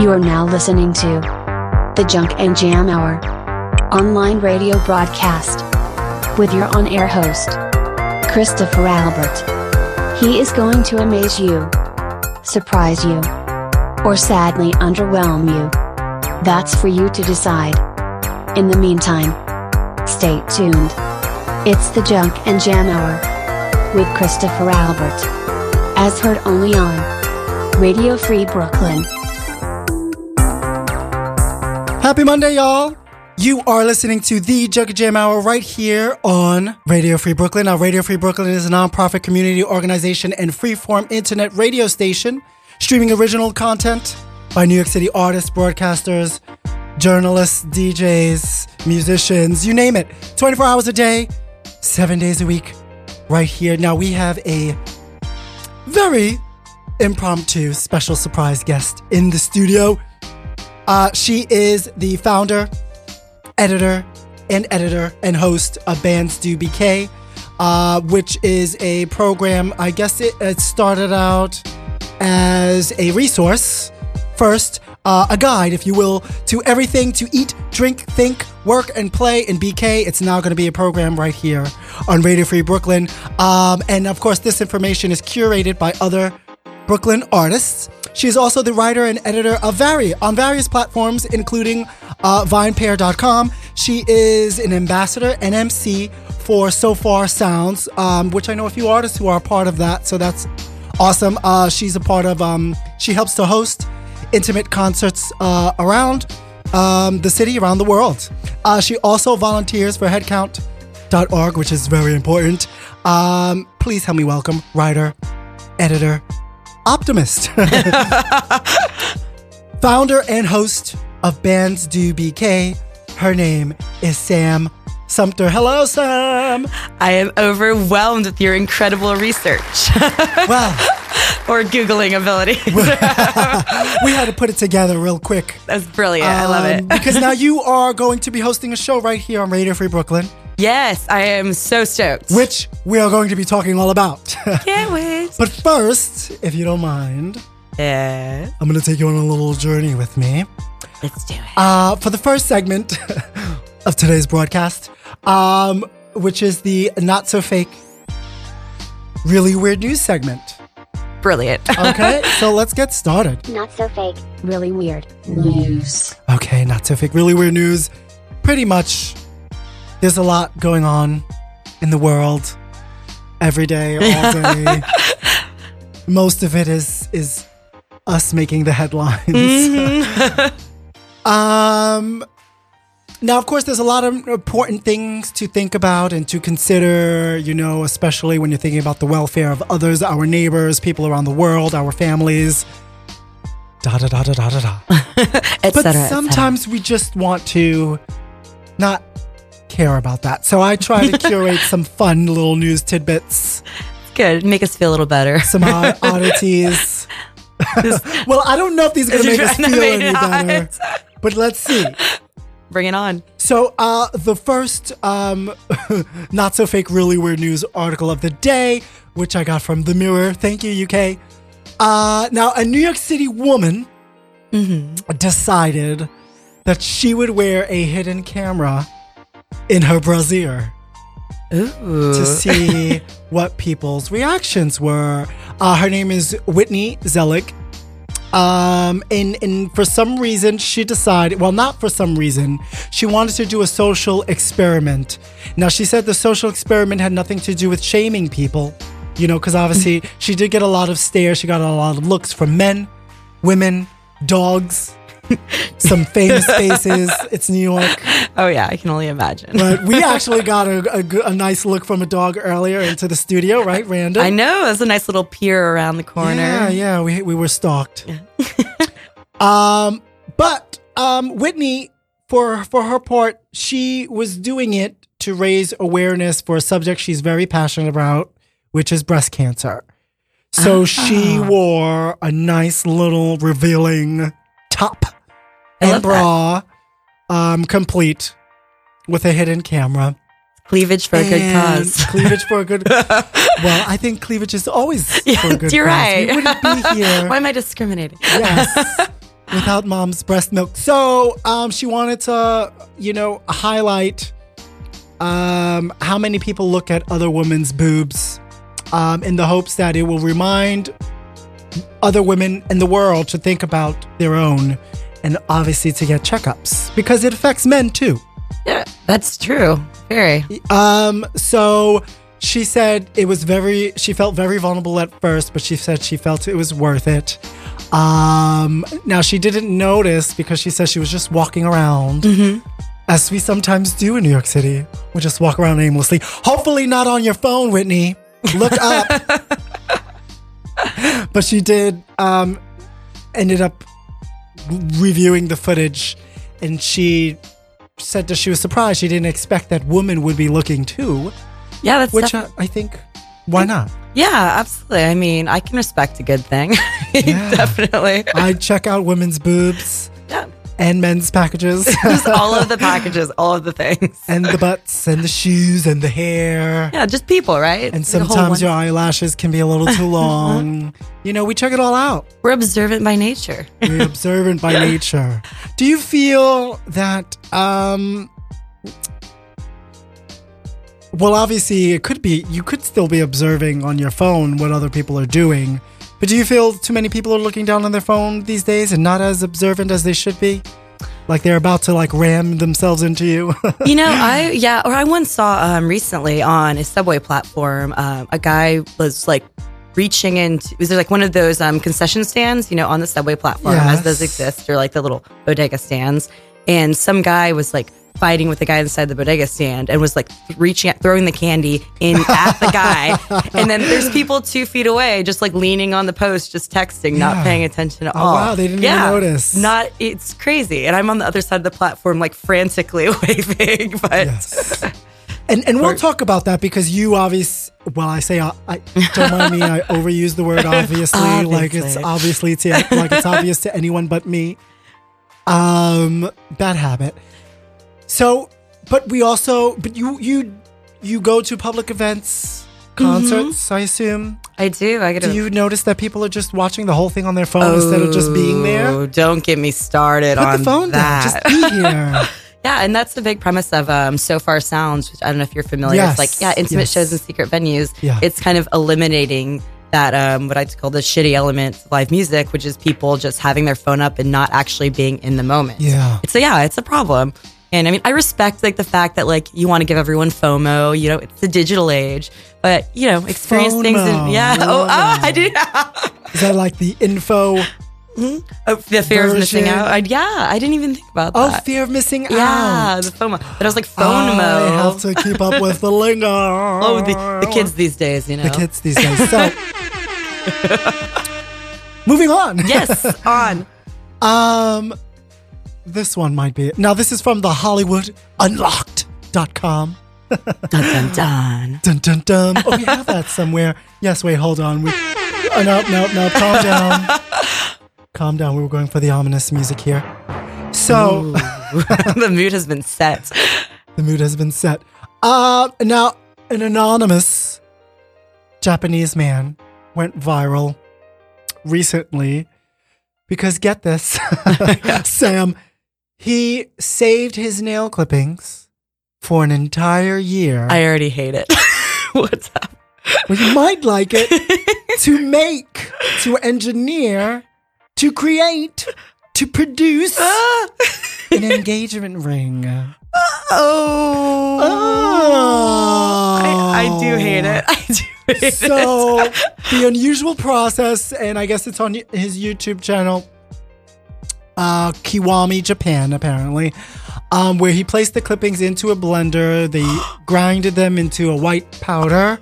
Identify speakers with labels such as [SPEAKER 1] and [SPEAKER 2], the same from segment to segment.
[SPEAKER 1] You are now listening to the Junk and Jam Hour online radio broadcast with your on air host, Christopher Albert. He is going to amaze you, surprise you, or sadly underwhelm you. That's for you to decide. In the meantime, stay tuned. It's the Junk and Jam Hour with Christopher Albert. As heard only on Radio Free Brooklyn.
[SPEAKER 2] Happy Monday, y'all! You are listening to the Jugger Jam Hour right here on Radio Free Brooklyn. Now, Radio Free Brooklyn is a nonprofit community organization and freeform internet radio station streaming original content by New York City artists, broadcasters, journalists, DJs, musicians, you name it. 24 hours a day, seven days a week, right here. Now, we have a very impromptu special surprise guest in the studio. Uh, she is the founder, editor, and editor and host of Bands Do BK, uh, which is a program. I guess it, it started out as a resource first, uh, a guide, if you will, to everything to eat, drink, think, work, and play in BK. It's now going to be a program right here on Radio Free Brooklyn. Um, and of course, this information is curated by other Brooklyn artists. She is also the writer and editor of Vary on various platforms, including uh, VinePair.com. She is an ambassador and MC for So Far Sounds, um, which I know a few artists who are a part of that. So that's awesome. Uh, she's a part of, um, she helps to host intimate concerts uh, around um, the city, around the world. Uh, she also volunteers for headcount.org, which is very important. Um, please help me welcome writer, editor, optimist, founder and host of Bands Do BK. Her name is Sam Sumter. Hello, Sam.
[SPEAKER 3] I am overwhelmed with your incredible research
[SPEAKER 2] Well,
[SPEAKER 3] or Googling ability.
[SPEAKER 2] we had to put it together real quick.
[SPEAKER 3] That's brilliant. I love
[SPEAKER 2] Um,
[SPEAKER 3] it.
[SPEAKER 2] because now you are going to be hosting a show right here on Radio Free Brooklyn,
[SPEAKER 3] Yes, I am so stoked.
[SPEAKER 2] which we are going to be talking all about.
[SPEAKER 3] Can't wait.
[SPEAKER 2] but first, if you don't mind,
[SPEAKER 3] Yeah,
[SPEAKER 2] I'm going to take you on a little journey with me.
[SPEAKER 3] let's do it.
[SPEAKER 2] Uh, for the first segment of today's broadcast, um, which is the not so fake, really weird news segment.
[SPEAKER 3] Brilliant.
[SPEAKER 2] Okay, so let's get started.
[SPEAKER 1] Not so fake. Really weird. News.
[SPEAKER 2] Okay, not so fake, really weird news. Pretty much, there's a lot going on in the world every day, all day. Most of it is is us making the headlines. um. Now, of course, there's a lot of important things to think about and to consider, you know, especially when you're thinking about the welfare of others, our neighbors, people around the world, our families. Da da da da da da da.
[SPEAKER 3] Et
[SPEAKER 2] But
[SPEAKER 3] cetera, et
[SPEAKER 2] sometimes we just want to not care about that. So I try to curate some fun little news tidbits,
[SPEAKER 3] cetera. good. Make us feel a little better.
[SPEAKER 2] some odd oddities. well, I don't know if these are going to
[SPEAKER 3] Is
[SPEAKER 2] make
[SPEAKER 3] it
[SPEAKER 2] us
[SPEAKER 3] trying to
[SPEAKER 2] feel
[SPEAKER 3] make
[SPEAKER 2] any
[SPEAKER 3] it
[SPEAKER 2] better, but let's see.
[SPEAKER 3] Bring it on.
[SPEAKER 2] So, uh, the first um, not so fake, really weird news article of the day, which I got from The Mirror. Thank you, UK. Uh, now, a New York City woman decided that she would wear a hidden camera in her brassiere to see what people's reactions were. Uh, her name is Whitney Zelig. Um, and, and for some reason, she decided, well, not for some reason, she wanted to do a social experiment. Now, she said the social experiment had nothing to do with shaming people, you know, because obviously she did get a lot of stares, she got a lot of looks from men, women, dogs, some famous faces. It's New York.
[SPEAKER 3] Oh yeah, I can only imagine.
[SPEAKER 2] But we actually got a, a g- a nice look from a dog earlier into the studio, right, Random?
[SPEAKER 3] I know. That's a nice little pier around the corner.
[SPEAKER 2] Yeah, yeah, we, we were stalked. um, but um, Whitney, for for her part, she was doing it to raise awareness for a subject she's very passionate about, which is breast cancer. So she
[SPEAKER 3] Ah.
[SPEAKER 2] wore a nice little revealing top and
[SPEAKER 3] love that.
[SPEAKER 2] bra, um, complete with a hidden camera
[SPEAKER 3] Cleavage for a good
[SPEAKER 2] and
[SPEAKER 3] cause.
[SPEAKER 2] Cleavage for a good. well, I think cleavage is always for a good
[SPEAKER 3] You're
[SPEAKER 2] cause.
[SPEAKER 3] right.
[SPEAKER 2] We wouldn't be here.
[SPEAKER 3] Why am I discriminating?
[SPEAKER 2] yes. without mom's breast milk. So um, she wanted to, you know, highlight um, how many people look at other women's boobs um, in the hopes that it will remind other women in the world to think about their own and obviously to get checkups because it affects men too.
[SPEAKER 4] Yeah, that's true. Very.
[SPEAKER 2] Um, so she said it was very, she felt very vulnerable at first, but she said she felt it was worth it. Um, now she didn't notice because she said she was just walking around. As we sometimes do in New York City, we just walk around aimlessly. Hopefully, not on your phone, Whitney. Look up. but she did um, ended up reviewing the footage, and she said that she was surprised she didn't expect that women would be looking too,
[SPEAKER 4] Yeah, that's
[SPEAKER 2] which
[SPEAKER 4] def-
[SPEAKER 2] I, I think, why not?
[SPEAKER 4] yeah, absolutely. I mean, I can respect a good thing.
[SPEAKER 2] Yeah.
[SPEAKER 4] Definitely.
[SPEAKER 2] I check out women's boobs
[SPEAKER 4] Yeah.
[SPEAKER 2] and men's packages
[SPEAKER 4] Just all of the packages, all of the things.
[SPEAKER 2] and the butts and the shoes and the hair.
[SPEAKER 4] Yeah, just people, right?
[SPEAKER 2] And
[SPEAKER 4] The whole
[SPEAKER 2] sometimes
[SPEAKER 4] one-
[SPEAKER 2] your eyelashes can be a little too long. you know, we check it all out.
[SPEAKER 4] we're observant by nature.
[SPEAKER 2] We're observant by nature. Do you feel that? Um, well, obviously, it could be. You could still be observing on your phone what other people are doing. But do you feel too many people are looking down on their phone these days and not as observant as they should be? Like they're about to like ram themselves into you.
[SPEAKER 4] you know, I yeah, or I once saw um, recently on a subway platform, um, a guy was like reaching into was there like one of those um, concession stands, you know, on the subway platform as those
[SPEAKER 2] Yes.
[SPEAKER 4] exist, or like the little bodega stands, and some guy was like fighting with the guy inside the bodega stand and was like reaching out, throwing the candy in at the guy and then there's people two feet away just like leaning on the post just texting
[SPEAKER 2] Yeah.
[SPEAKER 4] not paying attention at
[SPEAKER 2] Oh,
[SPEAKER 4] all
[SPEAKER 2] wow, they didn't even notice.
[SPEAKER 4] not Uh, it's crazy and i'm on the other side of the platform like frantically waving but
[SPEAKER 2] Yes. And, and we'll talk about that because you obvious. Well, I say uh, I don't mind me. I overuse the word obviously, like it's obviously to like it's obvious to anyone but me. Um, bad habit. So, but we also, but you you you go to public events, concerts.
[SPEAKER 4] Mm-hmm.
[SPEAKER 2] I assume.
[SPEAKER 4] i do i get
[SPEAKER 2] Do
[SPEAKER 4] a
[SPEAKER 2] you notice that people are just watching the whole thing on their phone instead of just being there?
[SPEAKER 4] Oh, don't get me started
[SPEAKER 2] Put
[SPEAKER 4] on
[SPEAKER 2] the phone
[SPEAKER 4] that.
[SPEAKER 2] down. Just be here.
[SPEAKER 4] yeah, and that's the big premise of um, So Far Sounds, which I don't know if you're familiar
[SPEAKER 2] Yes,
[SPEAKER 4] with. Like, yeah, intimate
[SPEAKER 2] yes.
[SPEAKER 4] shows and secret venues.
[SPEAKER 2] Yeah.
[SPEAKER 4] It's kind of eliminating that, um, what I call the shitty element of live music, which is people just having their phone up and not actually being in the moment.
[SPEAKER 2] Yeah.
[SPEAKER 4] So, yeah, it's a problem. And I mean, I respect like the fact that like you want to give everyone FOMO, you know, it's the digital age, but you know, experience things.
[SPEAKER 2] FOMO.
[SPEAKER 4] In, yeah. Oh, oh, I did.
[SPEAKER 2] Is that like the info?
[SPEAKER 4] Oh, the fear of missing
[SPEAKER 2] Version.
[SPEAKER 4] out. I, yeah, I didn't even think about
[SPEAKER 2] Oh,
[SPEAKER 4] that.
[SPEAKER 2] fear of missing out.
[SPEAKER 4] Uh, yeah, the FOMO. But I was like, phone
[SPEAKER 2] I have
[SPEAKER 4] mode.
[SPEAKER 2] to keep up with the lingo.
[SPEAKER 4] Oh, the, the kids these days, you know.
[SPEAKER 2] The kids these days. So, moving on.
[SPEAKER 4] Yes, on.
[SPEAKER 2] Um, this one might be it. Now, this is from the Hollywood Unlocked.com.
[SPEAKER 4] dun, dun, dun.
[SPEAKER 2] Dun, dun, dun. Oh, we have that somewhere. Yes, wait, hold on. We, oh, no, no, no, calm down. calm down. We were going for the ominous music here. So,
[SPEAKER 4] the mood has been set.
[SPEAKER 2] The mood has been set. Uh, now, an anonymous Japanese man went viral recently because get this, Sam, he saved his nail clippings for an entire year.
[SPEAKER 4] I already hate it. What's up?
[SPEAKER 2] well, you might like it to make, to engineer, to create, to produce an engagement ring.
[SPEAKER 4] Oh. I, I do hate it. I do hate it.
[SPEAKER 2] Oh. so the unusual process, and I guess it's on his YouTube channel, uh, Kiwami Japan, apparently, um, where he placed the clippings into a blender. They grinded them into a white powder,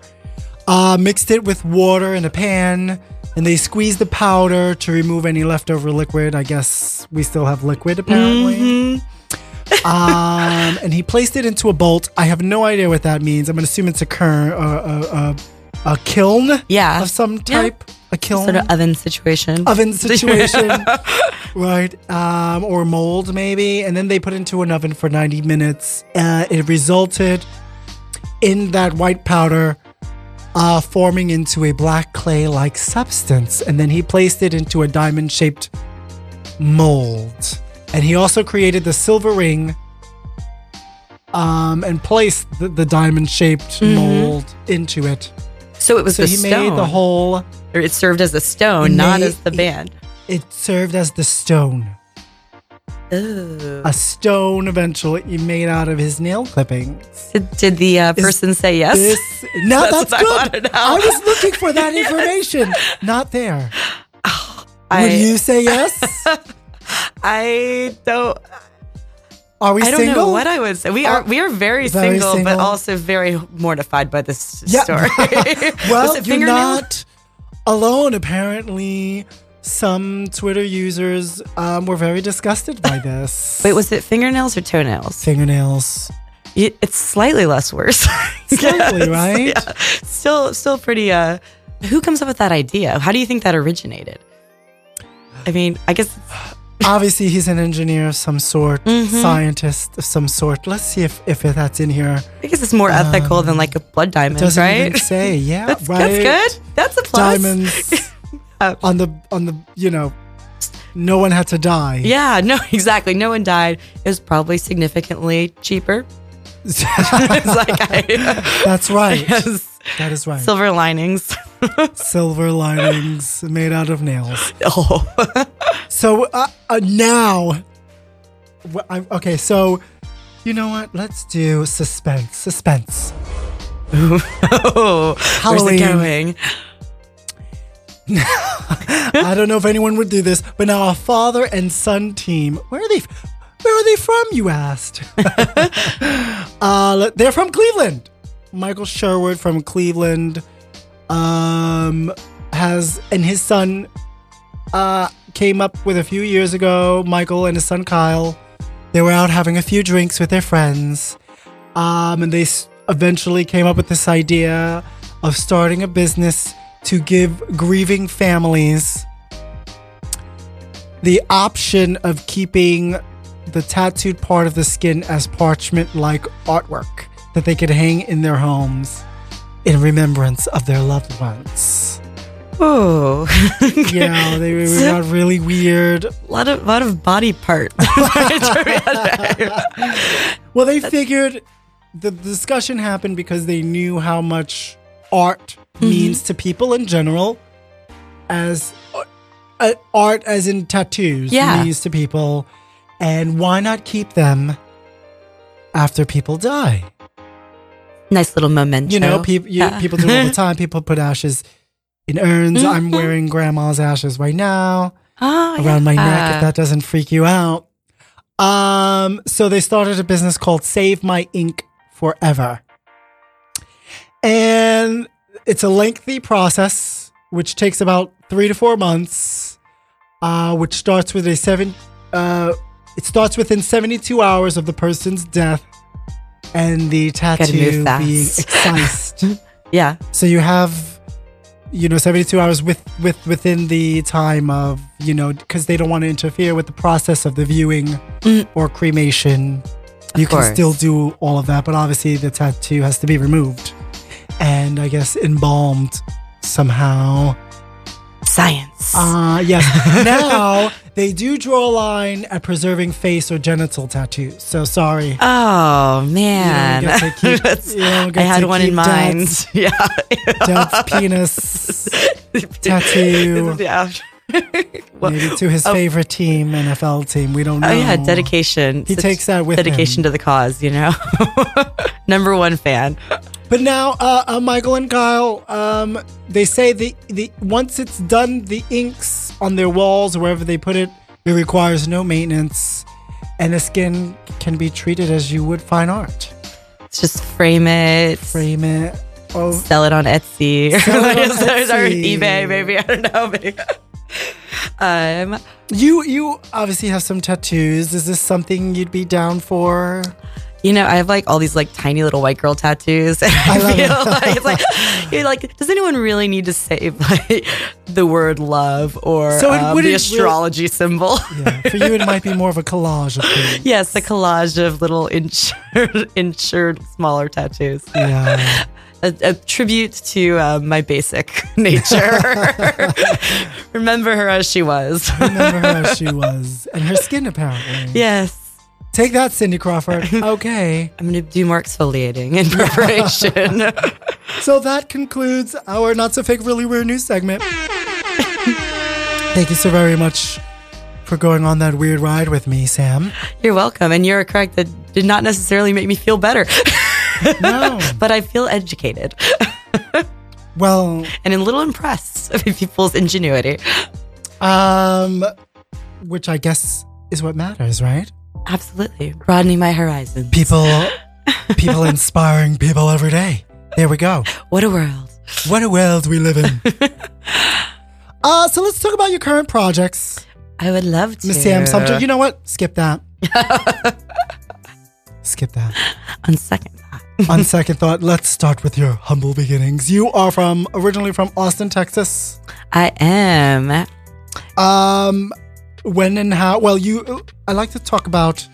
[SPEAKER 2] uh, mixed it with water in a pan, and they squeezed the powder to remove any leftover liquid. I guess we still have liquid, apparently.
[SPEAKER 4] Mm-hmm.
[SPEAKER 2] um, and he placed it into a bolt. I have no idea what that means. I'm gonna assume it's a kern, a, a, uh, a, a kiln,
[SPEAKER 4] Yeah.
[SPEAKER 2] of some type, a kiln,
[SPEAKER 4] Sort of oven situation.
[SPEAKER 2] oven situation, right? Um, or mold maybe. And then they put it into an oven for 90 minutes. Uh, it resulted in that white powder. Uh, forming into a black clay like substance. And then he placed it into a diamond shaped mold. And he also created the silver ring um, and placed the, the diamond shaped mold into it.
[SPEAKER 4] So it was
[SPEAKER 2] So
[SPEAKER 4] Mm-hmm.
[SPEAKER 2] he
[SPEAKER 4] the stone.
[SPEAKER 2] made the whole,
[SPEAKER 4] or it served as a stone,
[SPEAKER 2] He
[SPEAKER 4] not
[SPEAKER 2] made-
[SPEAKER 4] as the band.
[SPEAKER 2] it served as the stone.
[SPEAKER 4] Ooh.
[SPEAKER 2] A stone eventually he made out of his nail clippings.
[SPEAKER 4] Did, did the uh, person say yes?
[SPEAKER 2] This, now that's,
[SPEAKER 4] That's what I wanna
[SPEAKER 2] good.
[SPEAKER 4] know.
[SPEAKER 2] I, was looking for that information. Not there. Would
[SPEAKER 4] I,
[SPEAKER 2] you say yes?
[SPEAKER 4] I don't.
[SPEAKER 2] Are we
[SPEAKER 4] I don't
[SPEAKER 2] single?
[SPEAKER 4] know what I would say. We are we are very,
[SPEAKER 2] very
[SPEAKER 4] single, but
[SPEAKER 2] single.
[SPEAKER 4] also very mortified by this
[SPEAKER 2] Yeah.
[SPEAKER 4] story.
[SPEAKER 2] Well,
[SPEAKER 4] Was it
[SPEAKER 2] you're
[SPEAKER 4] fingernail?
[SPEAKER 2] not alone. Apparently, some Twitter users um, were very disgusted by this.
[SPEAKER 4] Wait, was it fingernails or toenails?
[SPEAKER 2] fingernails?
[SPEAKER 4] Y- It's slightly less worse.
[SPEAKER 2] Slightly,
[SPEAKER 4] Yes,
[SPEAKER 2] right?
[SPEAKER 4] yeah. Still, still pretty. Uh, who comes up with that idea? How do you think that originated? I mean, I guess
[SPEAKER 2] Obviously, he's an engineer of some sort,
[SPEAKER 4] Mm-hmm.
[SPEAKER 2] scientist of some sort. Let's see if, if that's in here.
[SPEAKER 4] I guess it's more ethical than like a blood diamond,
[SPEAKER 2] Doesn't
[SPEAKER 4] right?
[SPEAKER 2] even say. Yeah,
[SPEAKER 4] that's,
[SPEAKER 2] right.
[SPEAKER 4] that's good. That's a plus.
[SPEAKER 2] Diamonds
[SPEAKER 4] Yeah.
[SPEAKER 2] on the on the you know, no one had to die.
[SPEAKER 4] Yeah, no, exactly. No one died. It was probably significantly cheaper. it's like I,
[SPEAKER 2] that's right.
[SPEAKER 4] yes.
[SPEAKER 2] That is right.
[SPEAKER 4] silver linings.
[SPEAKER 2] Silver linings made out of nails.
[SPEAKER 4] oh,
[SPEAKER 2] So uh, uh, now, wh- I, okay. So you know what? Let's do suspense. Suspense.
[SPEAKER 4] oh. where's
[SPEAKER 2] Halloween.
[SPEAKER 4] it going?
[SPEAKER 2] I don't know if anyone would do this, but now a father and son team. Where are they? f- Where are they from? You asked. uh, le- they're from Cleveland. Michael Sherwood from Cleveland um, has, and his son uh, came up with a few years ago. Michael and his son Kyle, they were out having a few drinks with their friends, um, and they s- eventually came up with this idea of starting a business to give grieving families the option of keeping the tattooed part of the skin as parchment like artwork that they could hang in their homes in remembrance of their loved ones.
[SPEAKER 4] Oh,
[SPEAKER 2] You know, they were got really weird.
[SPEAKER 4] a lot of lot of body part.
[SPEAKER 2] Well, they figured the discussion happened because they knew how much art
[SPEAKER 4] Mm-hmm.
[SPEAKER 2] means to people in general, as uh, uh, art as in tattoos
[SPEAKER 4] Yeah.
[SPEAKER 2] means to people, and why not keep them after people die?
[SPEAKER 4] nice little memento.
[SPEAKER 2] You know, people you,
[SPEAKER 4] Yeah.
[SPEAKER 2] people do it all the time. People put ashes in urns.
[SPEAKER 4] Mm-hmm.
[SPEAKER 2] I'm wearing grandma's ashes right now
[SPEAKER 4] Oh,
[SPEAKER 2] around my neck
[SPEAKER 4] yeah.
[SPEAKER 2] if that doesn't freak you out. Um, so they started a business called Save My Ink Forever. And it's a lengthy process, which takes about three to four months, uh, which starts with a seven, uh, it starts within 72 hours of the person's death and the tattoo
[SPEAKER 4] fast.
[SPEAKER 2] being excised.
[SPEAKER 4] yeah.
[SPEAKER 2] So you have, you know, 72 hours with, with within the time of, you know, because they don't want to interfere with the process of the viewing or cremation. You can
[SPEAKER 4] course.
[SPEAKER 2] still do all of that, but obviously the tattoo has to be removed and I guess embalmed somehow.
[SPEAKER 4] Science.
[SPEAKER 2] Uh, yes. now they do draw a line at preserving face or genital tattoos. So sorry.
[SPEAKER 4] oh
[SPEAKER 2] You don't
[SPEAKER 4] man.
[SPEAKER 2] get to keep-
[SPEAKER 4] That's-
[SPEAKER 2] you don't
[SPEAKER 4] I
[SPEAKER 2] get
[SPEAKER 4] had
[SPEAKER 2] to
[SPEAKER 4] one in
[SPEAKER 2] keep
[SPEAKER 4] mind.
[SPEAKER 2] dad's-
[SPEAKER 4] Yeah.
[SPEAKER 2] Dad's penis tattoo.
[SPEAKER 4] yeah. Well,
[SPEAKER 2] Maybe to his favorite team, NFL team. We don't know.
[SPEAKER 4] Oh yeah, dedication.
[SPEAKER 2] He takes that with
[SPEAKER 4] dedication
[SPEAKER 2] him.
[SPEAKER 4] to the cause. You know, number one fan.
[SPEAKER 2] But now, uh, uh, Michael and Kyle, um, they say the the once it's done, the inks on their walls, wherever they put it, it requires no maintenance, and the skin can be treated as you would fine art.
[SPEAKER 4] It's just frame it,
[SPEAKER 2] Frame it. Oh,
[SPEAKER 4] sell it on Etsy,
[SPEAKER 2] Sell it on
[SPEAKER 4] or
[SPEAKER 2] Etsy.
[SPEAKER 4] eBay. Maybe I don't know. Maybe. um,
[SPEAKER 2] you you obviously have some tattoos. Is this something you'd be down for?
[SPEAKER 4] you know, I have like all these like tiny little white girl tattoos. And I,
[SPEAKER 2] love
[SPEAKER 4] feel
[SPEAKER 2] it.
[SPEAKER 4] like it's like you're like, does anyone really need to save like the word love or
[SPEAKER 2] So it
[SPEAKER 4] um,
[SPEAKER 2] wouldn't
[SPEAKER 4] the
[SPEAKER 2] re-
[SPEAKER 4] astrology symbol?
[SPEAKER 2] Yeah, for you, it might be more of a collage of things.
[SPEAKER 4] yes, a collage of little insured, insured smaller tattoos.
[SPEAKER 2] Yeah.
[SPEAKER 4] That's a, a tribute to uh, my basic nature. Remember her as she was.
[SPEAKER 2] Remember how she was and her skin apparently.
[SPEAKER 4] yes.
[SPEAKER 2] Take that, Cindy Crawford. Okay.
[SPEAKER 4] I'm going to do more exfoliating in preparation.
[SPEAKER 2] So that concludes our not so fake, really weird news segment. Thank you so very much for going on that weird ride with me, Sam.
[SPEAKER 4] you're welcome. And you're correct. That did not necessarily make me feel better,
[SPEAKER 2] No.
[SPEAKER 4] but I feel educated
[SPEAKER 2] Well,
[SPEAKER 4] and a little impressed with people's ingenuity.
[SPEAKER 2] um, which I guess is what matters, right?
[SPEAKER 4] Absolutely. Broadening my horizon.
[SPEAKER 2] People, people inspiring people every day. There we go.
[SPEAKER 4] What a world.
[SPEAKER 2] What a world we live in. Uh, so let's talk about your current projects,
[SPEAKER 4] I would love to.
[SPEAKER 2] Miss Sam Sumter. You know what? Skip that. Skip that.
[SPEAKER 4] On second thought.
[SPEAKER 2] On second thought, let's start with your humble beginnings. You are from originally from Austin, Texas.
[SPEAKER 4] I am.
[SPEAKER 2] Um, when and how? Well, you. I like to talk about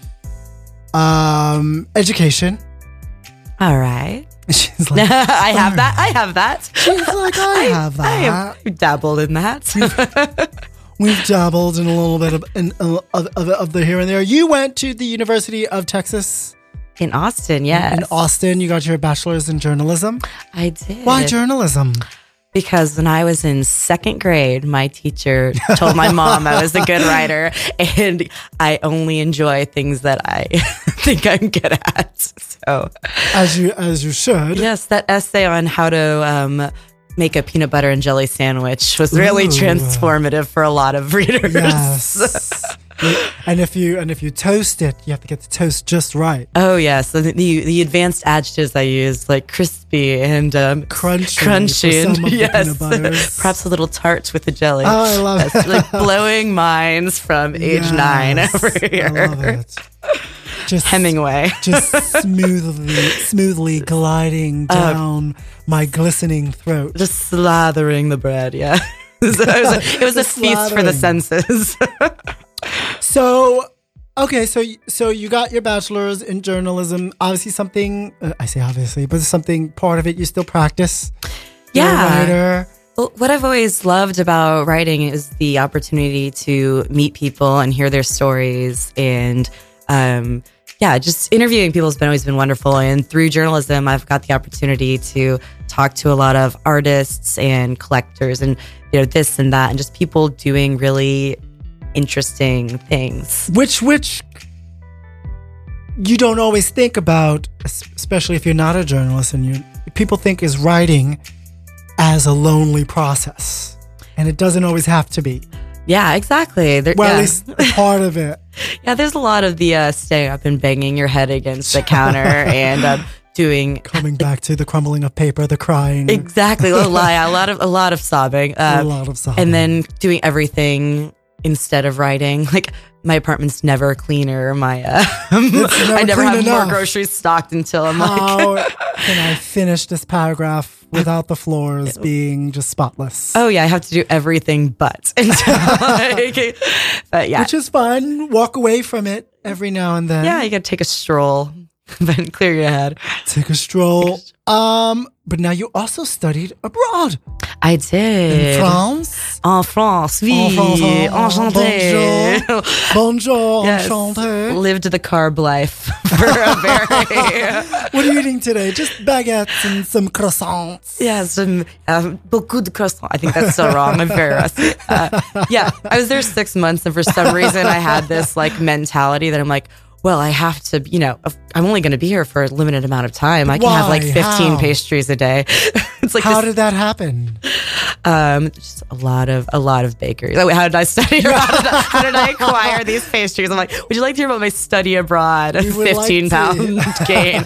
[SPEAKER 2] um education.
[SPEAKER 4] All right.
[SPEAKER 2] She's like,
[SPEAKER 4] I have that. I have that.
[SPEAKER 2] she's like, I have
[SPEAKER 4] I
[SPEAKER 2] that.
[SPEAKER 4] have dabbled in that.
[SPEAKER 2] We've dabbled in a little bit of, in, of, of, of the here and there. You went to the University of Texas
[SPEAKER 4] in Austin, yes.
[SPEAKER 2] in Austin. You got your bachelor's in journalism.
[SPEAKER 4] I did.
[SPEAKER 2] Why journalism?
[SPEAKER 4] Because when I was in second grade, my teacher told my mom I was a good writer and I only enjoy things that I think I'm good at. So,
[SPEAKER 2] As you as you should.
[SPEAKER 4] yes, that essay on how to um, make a peanut butter and jelly sandwich was really
[SPEAKER 2] Ooh.
[SPEAKER 4] transformative for a lot of readers.
[SPEAKER 2] Yes. and if you and if you toast it, you have to get the toast just right.
[SPEAKER 4] Oh yes, the, the the advanced adjectives I use like crispy and um,
[SPEAKER 2] Crunchy
[SPEAKER 4] crunchy,
[SPEAKER 2] for
[SPEAKER 4] and
[SPEAKER 2] some of the
[SPEAKER 4] yes,
[SPEAKER 2] peanut butters.
[SPEAKER 4] perhaps a little tart with the jelly.
[SPEAKER 2] Oh, I love
[SPEAKER 4] That's like blowing minds from age nine
[SPEAKER 2] Yes,
[SPEAKER 4] over
[SPEAKER 2] I love
[SPEAKER 4] here.
[SPEAKER 2] it. Just
[SPEAKER 4] Hemingway.
[SPEAKER 2] just smoothly, smoothly gliding down my glistening throat.
[SPEAKER 4] Just slathering the bread, yeah. So it was a, it was a feast for the
[SPEAKER 2] Slathering.
[SPEAKER 4] senses.
[SPEAKER 2] So, okay, so y- so you got your bachelor's in journalism. Obviously, something uh, I say obviously, but something part of it you still practice. You're a writer.
[SPEAKER 4] Well, What I've always loved about writing is the opportunity to meet people and hear their stories. And um, yeah, just interviewing people has been always been wonderful. And through journalism, I've got the opportunity to talk to a lot of artists and collectors and, you know, this and that, and just people doing really interesting things.
[SPEAKER 2] which which you don't always think about es- especially if you're not a journalist and you people think is writing as a lonely process and it doesn't always have to be
[SPEAKER 4] Yeah, exactly. There,
[SPEAKER 2] well
[SPEAKER 4] yeah.
[SPEAKER 2] at least part of it
[SPEAKER 4] Yeah, there's a lot of the uh, staying up and banging your head against the counter and um, doing
[SPEAKER 2] coming back to the crumbling of paper the crying
[SPEAKER 4] Exactly, a lie, a lot of a lot of sobbing,
[SPEAKER 2] a
[SPEAKER 4] um,
[SPEAKER 2] lot of sobbing
[SPEAKER 4] and then doing everything instead of writing. Like my apartment's never cleaner. My uh,
[SPEAKER 2] never
[SPEAKER 4] I never
[SPEAKER 2] clean
[SPEAKER 4] have
[SPEAKER 2] enough.
[SPEAKER 4] more groceries stocked until I'm like,
[SPEAKER 2] how can i finish this paragraph without the floors being just spotless
[SPEAKER 4] oh yeah, I have to do everything but. Until, like, but yeah,
[SPEAKER 2] which is fun walk away from it every now and then
[SPEAKER 4] yeah, you gotta take a stroll, then clear your head.
[SPEAKER 2] Take a stroll. Um, but now you also studied abroad
[SPEAKER 4] I
[SPEAKER 2] in
[SPEAKER 4] did.
[SPEAKER 2] France.
[SPEAKER 4] En France, oui,
[SPEAKER 2] En France, en-
[SPEAKER 4] enchanté.
[SPEAKER 2] Bonjour, bonjour,
[SPEAKER 4] Yes,
[SPEAKER 2] enchanté.
[SPEAKER 4] lived the carb life for a very
[SPEAKER 2] What are you eating today? Just baguettes and some croissants.
[SPEAKER 4] Yeah, some um, beaucoup de croissant. I think that's so wrong. I'm very rusty. Uh, yeah, I was there six months, and for some reason, I had this like mentality that I'm like, well, I have to, you know, if- I'm only going to be here for a limited amount of time. I can have like
[SPEAKER 2] Why?
[SPEAKER 4] 15
[SPEAKER 2] How?
[SPEAKER 4] pastries a day. it's like
[SPEAKER 2] How
[SPEAKER 4] this,
[SPEAKER 2] did that happen?
[SPEAKER 4] um, just a lot of a lot of bakeries. Oh, wait, how did I study? abroad? how, did I, how did I acquire these pastries? I'm like, would you like to hear about my study abroad?
[SPEAKER 2] would like
[SPEAKER 4] 15 pound gain.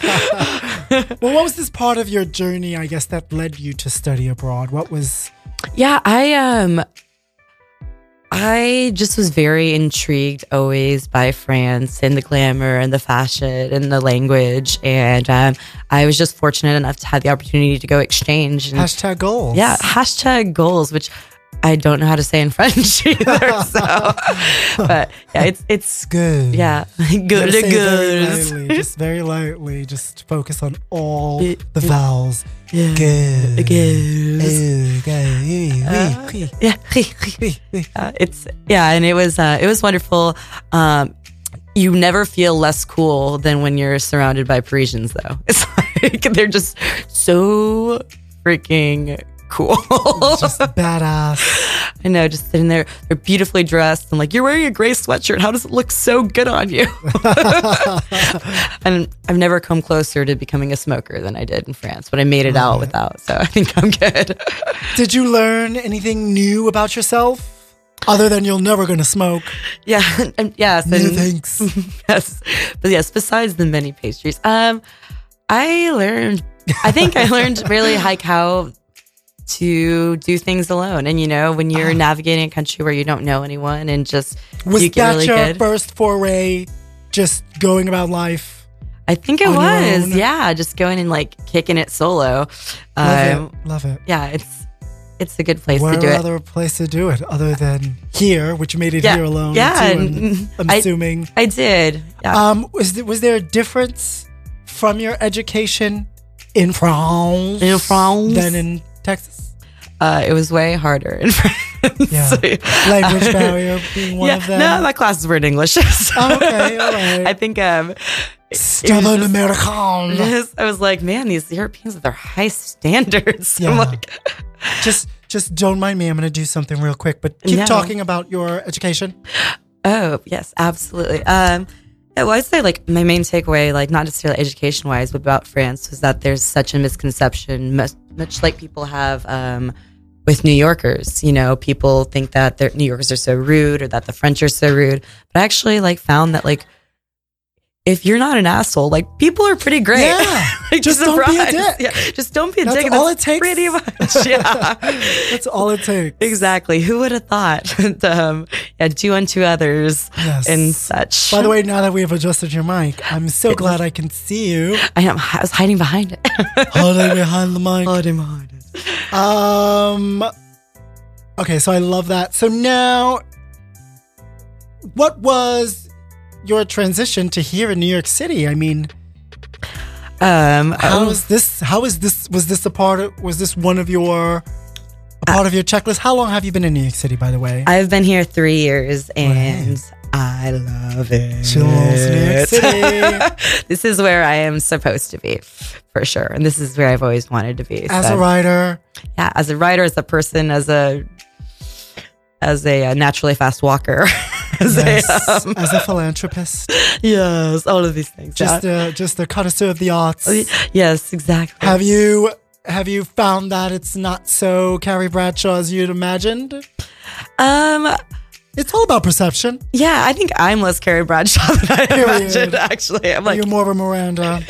[SPEAKER 2] Well, what was this part of your journey, I guess, that led you to study abroad? What was.
[SPEAKER 4] Yeah, I um I just was very intrigued always by France and the glamour and the fashion and the language. And um, I was just fortunate enough to have the opportunity to go exchange. And,
[SPEAKER 2] Hashtag goals.
[SPEAKER 4] yeah, hashtag goals, which I don't know how to say in French either. So, but yeah, it's it's
[SPEAKER 2] Good.
[SPEAKER 4] Yeah, good
[SPEAKER 2] Gotta say it
[SPEAKER 4] girls.
[SPEAKER 2] Very lightly, just very lightly. Just focus on all
[SPEAKER 4] Yeah,
[SPEAKER 2] the vowels.
[SPEAKER 4] Yeah.
[SPEAKER 2] Good.
[SPEAKER 4] Girls.
[SPEAKER 2] Ooh, good. Ooh, wee, wee,
[SPEAKER 4] Yeah,
[SPEAKER 2] wee, wee.
[SPEAKER 4] Uh, it's yeah, and it was uh, it was wonderful. Um, you never feel less cool than when you're surrounded by Parisians, though. It's like they're just so freaking cool.
[SPEAKER 2] Just badass.
[SPEAKER 4] I know, just sitting there, they're beautifully dressed. and like, you're wearing a gray sweatshirt. How does it look so good on you? and I've never come closer to becoming a smoker than I did in France, but I made it out without. So I think I'm good.
[SPEAKER 2] Did you learn anything new about yourself? Other than you're never gonna smoke.
[SPEAKER 4] yeah. And, yes.
[SPEAKER 2] No
[SPEAKER 4] And,
[SPEAKER 2] thanks.
[SPEAKER 4] yes. But yes, besides the many pastries, um, I learned, I think I learned really like how to do things alone. And, you know, when you're navigating a country where you don't know anyone and just,
[SPEAKER 2] Ah. Was
[SPEAKER 4] you get
[SPEAKER 2] that
[SPEAKER 4] really
[SPEAKER 2] your
[SPEAKER 4] good.
[SPEAKER 2] first foray? Just going about life.
[SPEAKER 4] I think it
[SPEAKER 2] on your
[SPEAKER 4] was.
[SPEAKER 2] own.
[SPEAKER 4] Yeah, just going and like kicking it solo.
[SPEAKER 2] Love
[SPEAKER 4] Um,
[SPEAKER 2] it. Love it.
[SPEAKER 4] Yeah, it's it's a good place
[SPEAKER 2] Where
[SPEAKER 4] to do it.
[SPEAKER 2] other place to do it other than here, which you made it
[SPEAKER 4] Yeah,
[SPEAKER 2] here alone?
[SPEAKER 4] yeah,
[SPEAKER 2] too,
[SPEAKER 4] and-
[SPEAKER 2] I'm, I'm
[SPEAKER 4] I- Uh,
[SPEAKER 2] assuming.
[SPEAKER 4] I did. Yeah.
[SPEAKER 2] Um, was there, was there a difference from your education in France,
[SPEAKER 4] In France?
[SPEAKER 2] than in Texas?
[SPEAKER 4] Uh, it was way harder in France.
[SPEAKER 2] Ah. Yeah. Language barrier being one
[SPEAKER 4] yeah,
[SPEAKER 2] of them.
[SPEAKER 4] no, my classes were in English. so
[SPEAKER 2] Oh, okay, all right.
[SPEAKER 4] I think um,
[SPEAKER 2] Stubborn
[SPEAKER 4] just-
[SPEAKER 2] American.
[SPEAKER 4] I was like, man, these Europeans with their high standards. I'm
[SPEAKER 2] Yeah.
[SPEAKER 4] like,
[SPEAKER 2] just, just don't mind me. I'm gonna do something real quick, but keep
[SPEAKER 4] No.
[SPEAKER 2] talking about your education.
[SPEAKER 4] Oh, yes, absolutely. Um, yeah, well, I'd say like my main takeaway, like not necessarily education wise, but about France was that there's such a misconception, much, much like people have um, with New Yorkers. You know, people think that they're- New Yorkers are so rude or that the French are so rude. But I actually like found that like if you're not an asshole, like people are pretty great.
[SPEAKER 2] Yeah.
[SPEAKER 4] Like,
[SPEAKER 2] Just don't be a dick.
[SPEAKER 4] Yeah, just don't be a
[SPEAKER 2] That's
[SPEAKER 4] dick.
[SPEAKER 2] all it takes.
[SPEAKER 4] Pretty much. Yeah.
[SPEAKER 2] That's all it takes.
[SPEAKER 4] Exactly. Who would have thought? and, um, yeah, do unto others
[SPEAKER 2] Yes.
[SPEAKER 4] and such.
[SPEAKER 2] By the way, now that we have adjusted your mic, I'm so glad I can see you
[SPEAKER 4] I am. I was hiding behind it.
[SPEAKER 2] holding behind the mic.
[SPEAKER 4] hiding behind it.
[SPEAKER 2] Um. Okay, so I love that. So now, what was your transition to here in New York City? I mean,
[SPEAKER 4] Um,
[SPEAKER 2] how
[SPEAKER 4] oh,
[SPEAKER 2] was this? How is this? Was this a part? Of, was this one of your a part of your checklist? How long have you been in New York City, by the way?
[SPEAKER 4] I've been here three years and I love it.
[SPEAKER 2] She loves New York City.
[SPEAKER 4] this is where I am supposed to be, for sure. And this is where I've always wanted to be.
[SPEAKER 2] As
[SPEAKER 4] so,
[SPEAKER 2] a writer,
[SPEAKER 4] yeah, as a writer, as a person, as a as a uh, naturally fast walker, as
[SPEAKER 2] yes,
[SPEAKER 4] a, um,
[SPEAKER 2] as a philanthropist,
[SPEAKER 4] yes, all of these things.
[SPEAKER 2] just
[SPEAKER 4] yeah. Oh,
[SPEAKER 2] a just a connoisseur of the arts.
[SPEAKER 4] yes, exactly.
[SPEAKER 2] Have you have you found that it's not so Carrie Bradshaw as you'd imagined?
[SPEAKER 4] Um,
[SPEAKER 2] It's all about perception.
[SPEAKER 4] yeah, I think I'm less Carrie Bradshaw than I
[SPEAKER 2] Period.
[SPEAKER 4] imagined. Actually, I'm like,
[SPEAKER 2] You're more of a Miranda.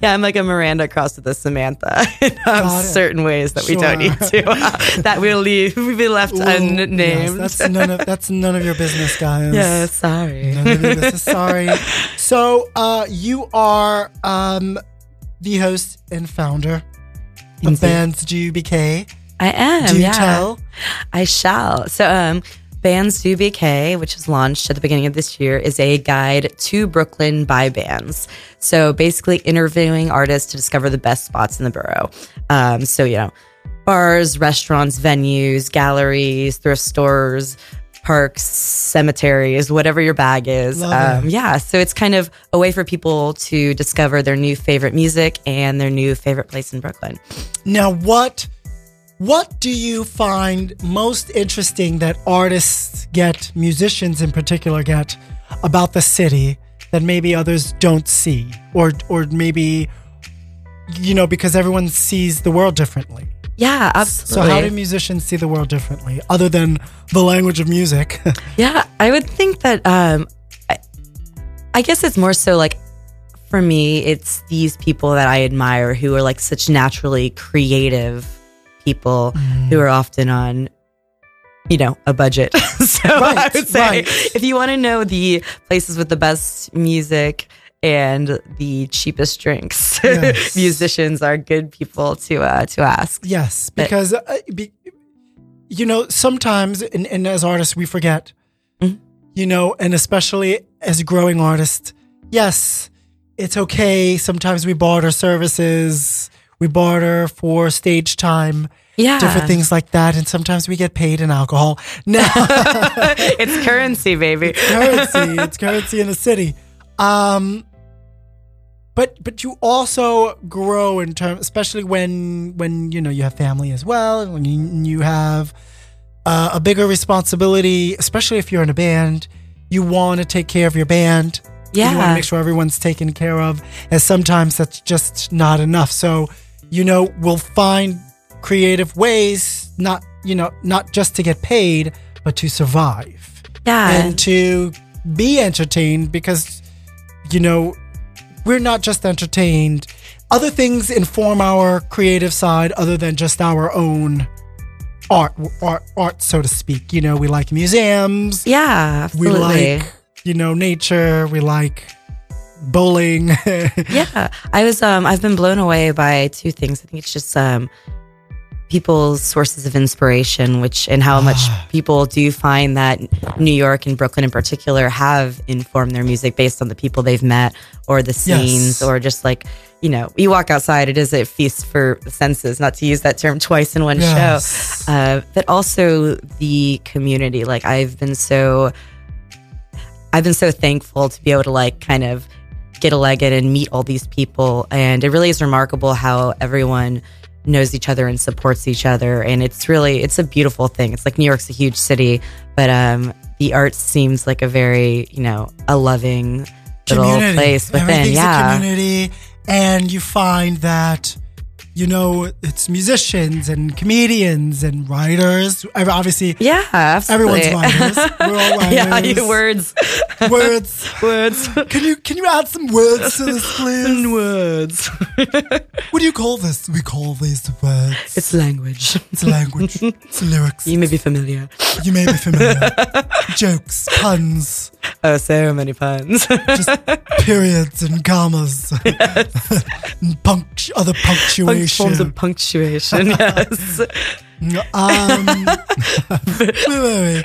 [SPEAKER 4] yeah, I'm like a Miranda crossed with a Samantha in
[SPEAKER 2] Got
[SPEAKER 4] um,
[SPEAKER 2] it.
[SPEAKER 4] certain ways that we don't
[SPEAKER 2] Sure.
[SPEAKER 4] need to. uh, that we'll leave. We'll be left
[SPEAKER 2] Ooh,
[SPEAKER 4] unnamed.
[SPEAKER 2] yes, that's none of that's none of your business, guys.
[SPEAKER 4] yeah, sorry.
[SPEAKER 2] None of your business. Sorry. So, uh, you are um, the host and founder of
[SPEAKER 4] Indeed.
[SPEAKER 2] Bands GBK.
[SPEAKER 4] I am.
[SPEAKER 2] Do you
[SPEAKER 4] yeah.
[SPEAKER 2] tell?
[SPEAKER 4] I shall. So, um, Bands Do BK, which was launched at the beginning of this year, is a guide to Brooklyn by bands. So, basically, interviewing artists to discover the best spots in the borough. Um, so, you know, bars, restaurants, venues, galleries, thrift stores, parks, cemeteries, whatever your bag is.
[SPEAKER 2] Love
[SPEAKER 4] Um, yeah. So, it's kind of a way for people to discover their new favorite music and their new favorite place in Brooklyn.
[SPEAKER 2] Now, what what do you find most interesting that artists get, musicians in particular get, about the city that maybe others don't see, or or maybe you know because everyone sees the world differently.
[SPEAKER 4] Yeah,
[SPEAKER 2] So
[SPEAKER 4] absolutely.
[SPEAKER 2] how do musicians see the world differently, other than the language of music?
[SPEAKER 4] Yeah, I would think that. Um, I, I guess it's more so like for me, it's these people that I admire who are like such naturally creative people
[SPEAKER 2] Mm.
[SPEAKER 4] who are often on, you know, a budget. so I
[SPEAKER 2] Right,
[SPEAKER 4] would say
[SPEAKER 2] right.
[SPEAKER 4] if you want to know the places with the best music and the cheapest drinks,
[SPEAKER 2] Yes.
[SPEAKER 4] musicians are good people to uh, to ask.
[SPEAKER 2] yes, because uh, be, you know, sometimes, and, and as artists, we forget, you know, and especially as growing artists, yes, it's okay. Sometimes we barter services, we barter for stage time,
[SPEAKER 4] Yeah.
[SPEAKER 2] different things like that. And sometimes we get paid in alcohol. Now,
[SPEAKER 4] it's currency, baby.
[SPEAKER 2] currency. It's currency in the city. Um, but but you also grow in terms, especially when when you know you have family as well, and when you, you have uh, a bigger responsibility, especially if you're in a band. You want to take care of your band. You want to
[SPEAKER 4] Yeah.
[SPEAKER 2] make sure everyone's taken care of, and sometimes that's just not enough. So, you know, we'll find creative ways, not you know, not just to get paid, but to survive
[SPEAKER 4] Yeah.
[SPEAKER 2] and to be entertained because you know we're not just entertained other things inform our creative side other than just our own art art art so to speak you know we like museums
[SPEAKER 4] yeah.
[SPEAKER 2] we
[SPEAKER 4] Absolutely.
[SPEAKER 2] like you know nature we like bowling
[SPEAKER 4] yeah i was um i've been blown away by two things i think it's just um people's sources of inspiration which and how much
[SPEAKER 2] Ah.
[SPEAKER 4] people do find that new york and brooklyn in particular have informed their music based on the people they've met or the scenes
[SPEAKER 2] Yes.
[SPEAKER 4] or just like you know you walk outside it is a feast for the senses not to use that term twice in one
[SPEAKER 2] Yes.
[SPEAKER 4] show uh, but also the community like i've been so I've been so thankful to be able to like kind of get a leg in and meet all these people. And it really is remarkable how everyone knows each other and supports each other. And it's really it's a beautiful thing. It's like New York's a huge city, but um the arts seems like a very, you know, a loving little
[SPEAKER 2] community
[SPEAKER 4] place within.
[SPEAKER 2] everything's a
[SPEAKER 4] Yeah.
[SPEAKER 2] community and you find that you know it's musicians and comedians and writers obviously
[SPEAKER 4] Yeah, absolutely.
[SPEAKER 2] Everyone's writers. We're all writers.
[SPEAKER 4] yeah, you- words,
[SPEAKER 2] Words.
[SPEAKER 4] words,
[SPEAKER 2] Can you can you add some words to this, please?
[SPEAKER 4] words.
[SPEAKER 2] What do you call this? We call these words.
[SPEAKER 4] It's language.
[SPEAKER 2] It's language. It's lyrics.
[SPEAKER 4] You may be familiar.
[SPEAKER 2] You may be familiar. Jokes, puns,
[SPEAKER 4] Oh, so many puns.
[SPEAKER 2] just periods and commas, and punct- other
[SPEAKER 4] Punct-
[SPEAKER 2] punctuation.
[SPEAKER 4] forms of punctuation. yes.
[SPEAKER 2] Um, wait, wait, wait.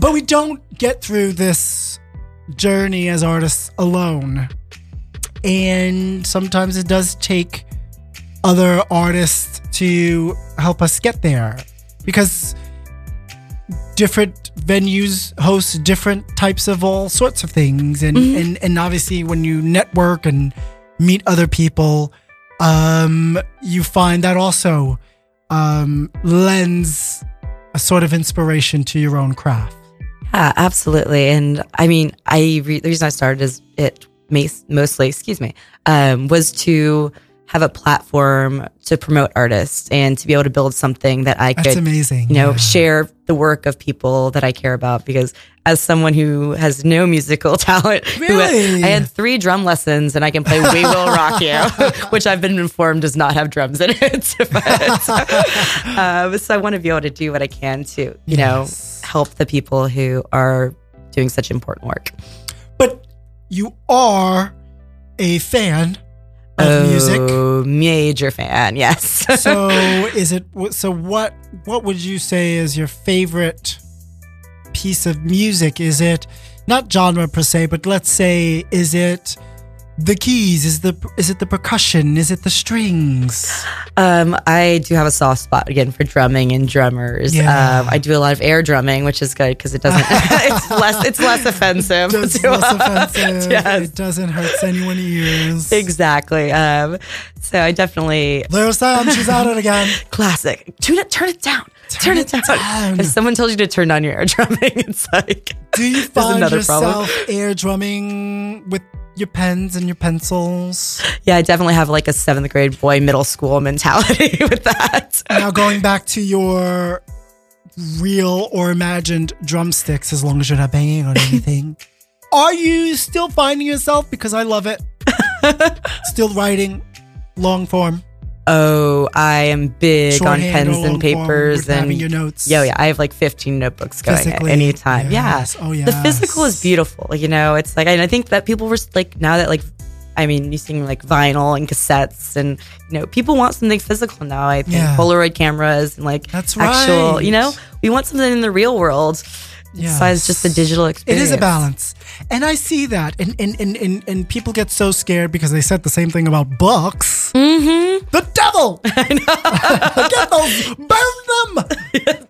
[SPEAKER 2] But we don't get through this journey as artists alone. And sometimes it does take other artists to help us get there because different venues host different types of all sorts of things and and, and obviously when you network and meet other people um you find that also um lends a sort of inspiration to your own craft
[SPEAKER 4] Yeah, absolutely. And I mean, I re- the reason I started is it ma- mostly, excuse me, um, was to have a platform to promote artists and to be able to build something that I
[SPEAKER 2] that's
[SPEAKER 4] could
[SPEAKER 2] amazing
[SPEAKER 4] you know,
[SPEAKER 2] yeah.
[SPEAKER 4] share the work of people that I care about because as someone who has no musical talent, who had-
[SPEAKER 2] Really?
[SPEAKER 4] I had three drum lessons and I can play We Will Rock You, which I've been informed does not have drums in it. But, um, so I want to be able to do what I can to, you
[SPEAKER 2] Yes.
[SPEAKER 4] know, help the people who are doing such important work.
[SPEAKER 2] but you are a fan of music
[SPEAKER 4] Oh, Major fan, yes.
[SPEAKER 2] so is it wh- so what what would you say is your favorite piece of music is it not genre per se but let's say is it the keys is the is it the percussion is it the strings
[SPEAKER 4] Um, I do have a soft spot again for drumming and drummers.
[SPEAKER 2] Yeah.
[SPEAKER 4] Um, I do a lot of air drumming, which is good because it doesn't. it's less. It's less offensive.
[SPEAKER 2] Just
[SPEAKER 4] to-
[SPEAKER 2] less offensive
[SPEAKER 4] Yes.
[SPEAKER 2] it doesn't hurt anyone's ears
[SPEAKER 4] exactly. Um, so I definitely
[SPEAKER 2] there's time she's at it again
[SPEAKER 4] classic. Turn it. Turn it down. Turn, it down.
[SPEAKER 2] down.
[SPEAKER 4] If someone tells you to turn down your air drumming, it's like
[SPEAKER 2] do you
[SPEAKER 4] there's
[SPEAKER 2] find
[SPEAKER 4] another problem.
[SPEAKER 2] yourself air drumming with your pens and your pencils
[SPEAKER 4] Yeah, I definitely have like a seventh grade boy, middle school mentality with that.
[SPEAKER 2] now going back to your real or imagined drumsticks as long as you're not banging on anything are you still finding yourself because i love it still writing long form
[SPEAKER 4] Oh, I am big on
[SPEAKER 2] shorthand or
[SPEAKER 4] pens
[SPEAKER 2] long
[SPEAKER 4] and papers
[SPEAKER 2] form, with
[SPEAKER 4] and
[SPEAKER 2] having your notes
[SPEAKER 4] Yo, yeah, I have like 15 notebooks going
[SPEAKER 2] Physically,
[SPEAKER 4] at any time.
[SPEAKER 2] yes.
[SPEAKER 4] Yeah.
[SPEAKER 2] Oh,
[SPEAKER 4] The physical
[SPEAKER 2] yes.
[SPEAKER 4] is beautiful. You know, it's like, and I think that people were like, now that like I mean, using like vinyl and cassettes, and you know, people want something physical now. I think
[SPEAKER 2] Yeah.
[SPEAKER 4] Polaroid cameras and like
[SPEAKER 2] That's
[SPEAKER 4] actual, you
[SPEAKER 2] right.
[SPEAKER 4] know, we want something in the real world besides just the digital
[SPEAKER 2] It
[SPEAKER 4] experience.
[SPEAKER 2] is a balance. And I see that. And and, and, and and people get so scared because they said the same thing about books. Mm-hmm. The devil! get those! Burn them!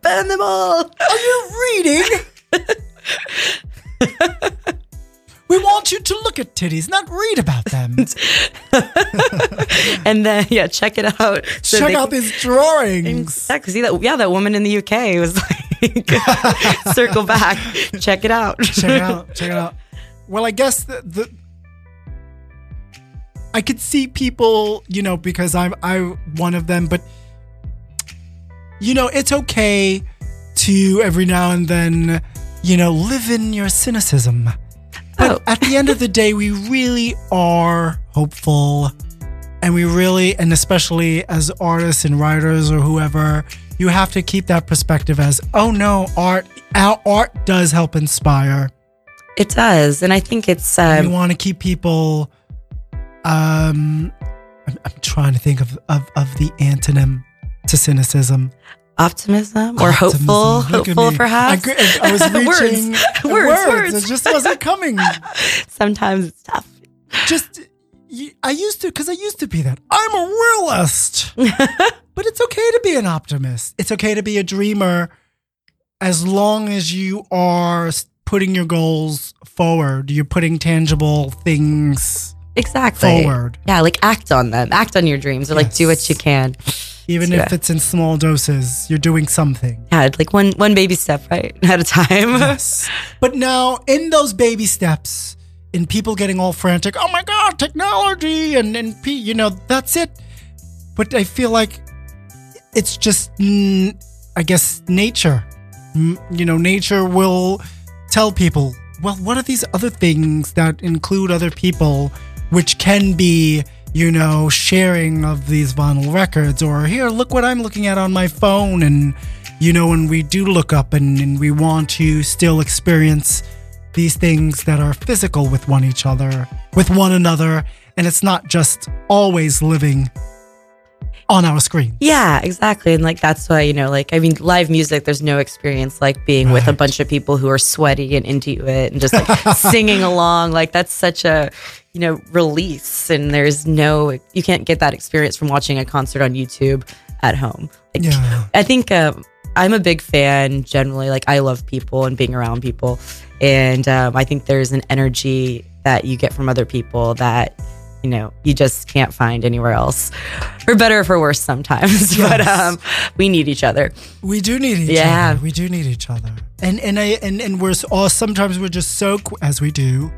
[SPEAKER 4] Burn them all.
[SPEAKER 2] Are you reading? we want you to look at titties, not read about them.
[SPEAKER 4] and then yeah, check it out. So
[SPEAKER 2] Check
[SPEAKER 4] they-
[SPEAKER 2] out these drawings.
[SPEAKER 4] Yeah, 'cause see that yeah, that woman in the UK was like circle back, check it out.
[SPEAKER 2] check it out. Check it out. Well, I guess the, the I could see people, you know, because I'm I one of them, but you know, it's okay to every now and then, you know, live in your cynicism. But
[SPEAKER 4] Oh.
[SPEAKER 2] at the end of the day, we really are hopeful. And we really, and especially as artists and writers or whoever, you have to keep that perspective as, oh no, art, our art does help inspire.
[SPEAKER 4] It does, and I think it's
[SPEAKER 2] we
[SPEAKER 4] um,
[SPEAKER 2] want to keep people. Um, I'm, I'm trying to think of, of of the antonym to cynicism.
[SPEAKER 4] optimism or
[SPEAKER 2] Optimism.
[SPEAKER 4] hopeful,
[SPEAKER 2] Look at
[SPEAKER 4] hopeful
[SPEAKER 2] me. I,
[SPEAKER 4] perhaps.
[SPEAKER 2] gr- I was reaching
[SPEAKER 4] words, words, words.
[SPEAKER 2] It just wasn't coming.
[SPEAKER 4] Sometimes it's tough.
[SPEAKER 2] just y- I used to because I used to be that. I'm a realist, but it's okay to be an optimist. It's okay to be a dreamer, as long as you are s- putting your goals forward. You're putting tangible things
[SPEAKER 4] Exactly.
[SPEAKER 2] Forward.
[SPEAKER 4] Yeah, like act on them. Act on your dreams, or like do what you can.
[SPEAKER 2] even if it's in small doses. You're doing something.
[SPEAKER 4] Yeah, like one one baby step right at a time.
[SPEAKER 2] Yes. But now, in those baby steps, in people getting all frantic, oh my God, technology, and, and P, you know, that's it. But I feel like it's just, mm, I guess, nature. Mm, You know, nature will tell people, well, what are these other things that include other people, which can be, you know, sharing of these vinyl records, or here, look what I'm looking at on my phone. And, you know, when we do look up and, and we want to still experience these things that are physical with one each other, with one another, and it's not just always living on our screen.
[SPEAKER 4] Yeah, exactly. And like that's why, you know, like I mean, live music, there's no experience like being with a
[SPEAKER 2] Right.
[SPEAKER 4] bunch of people who are sweaty and into it and just like singing along. Like that's such a, you know, release. And there's no you can't get that experience from watching a concert on YouTube at home. Like
[SPEAKER 2] Yeah.
[SPEAKER 4] I think um, I'm a big fan generally. Like I love people and being around people, and um, I think there's an energy that you get from other people that you know you just can't find anywhere else, for better or for worse sometimes. but
[SPEAKER 2] Yes.
[SPEAKER 4] um, we need each other.
[SPEAKER 2] We do need each
[SPEAKER 4] Yeah.
[SPEAKER 2] other. We do need each other. And and I and, and we're s- all sometimes we're just so qu- as we do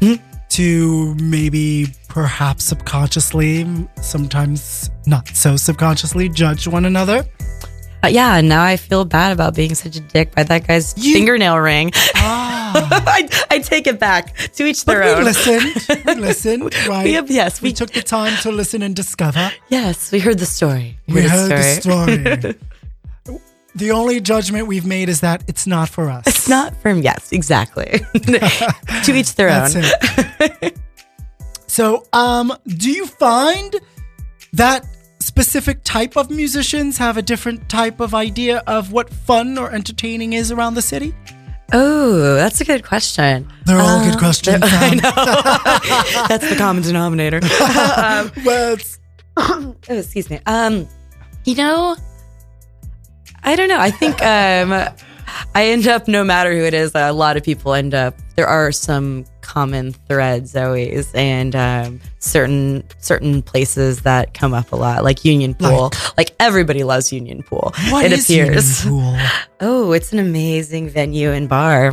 [SPEAKER 4] Hmm?
[SPEAKER 2] to maybe perhaps subconsciously, sometimes not so subconsciously judge one another.
[SPEAKER 4] Uh, yeah, and now I feel bad about being such a dick by that guy's
[SPEAKER 2] You-
[SPEAKER 4] fingernail ring.
[SPEAKER 2] Ah.
[SPEAKER 4] I, I take it back. To each
[SPEAKER 2] But
[SPEAKER 4] their
[SPEAKER 2] we
[SPEAKER 4] own.
[SPEAKER 2] listened. We listened, right?
[SPEAKER 4] have- yes,
[SPEAKER 2] we,
[SPEAKER 4] we-
[SPEAKER 2] took the time to listen and discover.
[SPEAKER 4] Yes, we heard the story.
[SPEAKER 2] We heard the story. the only judgment we've made is that it's not for us.
[SPEAKER 4] It's not from yes, exactly. to each their
[SPEAKER 2] That's
[SPEAKER 4] own.
[SPEAKER 2] it. so, um, do you find that specific type of musicians have a different type of idea of what fun or entertaining is around the city?
[SPEAKER 4] Oh, that's a good question.
[SPEAKER 2] Uh, They're all good questions.
[SPEAKER 4] I
[SPEAKER 2] Pam.
[SPEAKER 4] know. that's the common denominator. um,
[SPEAKER 2] Well, it's-
[SPEAKER 4] oh, excuse me. Um, you know, I don't know. I think um, I end up, no matter who it is, a lot of people end up. There are some common threads always, and um, certain certain places that come up a lot, like Union Pool. Like, everybody loves Union Pool.
[SPEAKER 2] what
[SPEAKER 4] it
[SPEAKER 2] is
[SPEAKER 4] appears.
[SPEAKER 2] Union Pool?
[SPEAKER 4] Oh, it's an amazing venue and bar.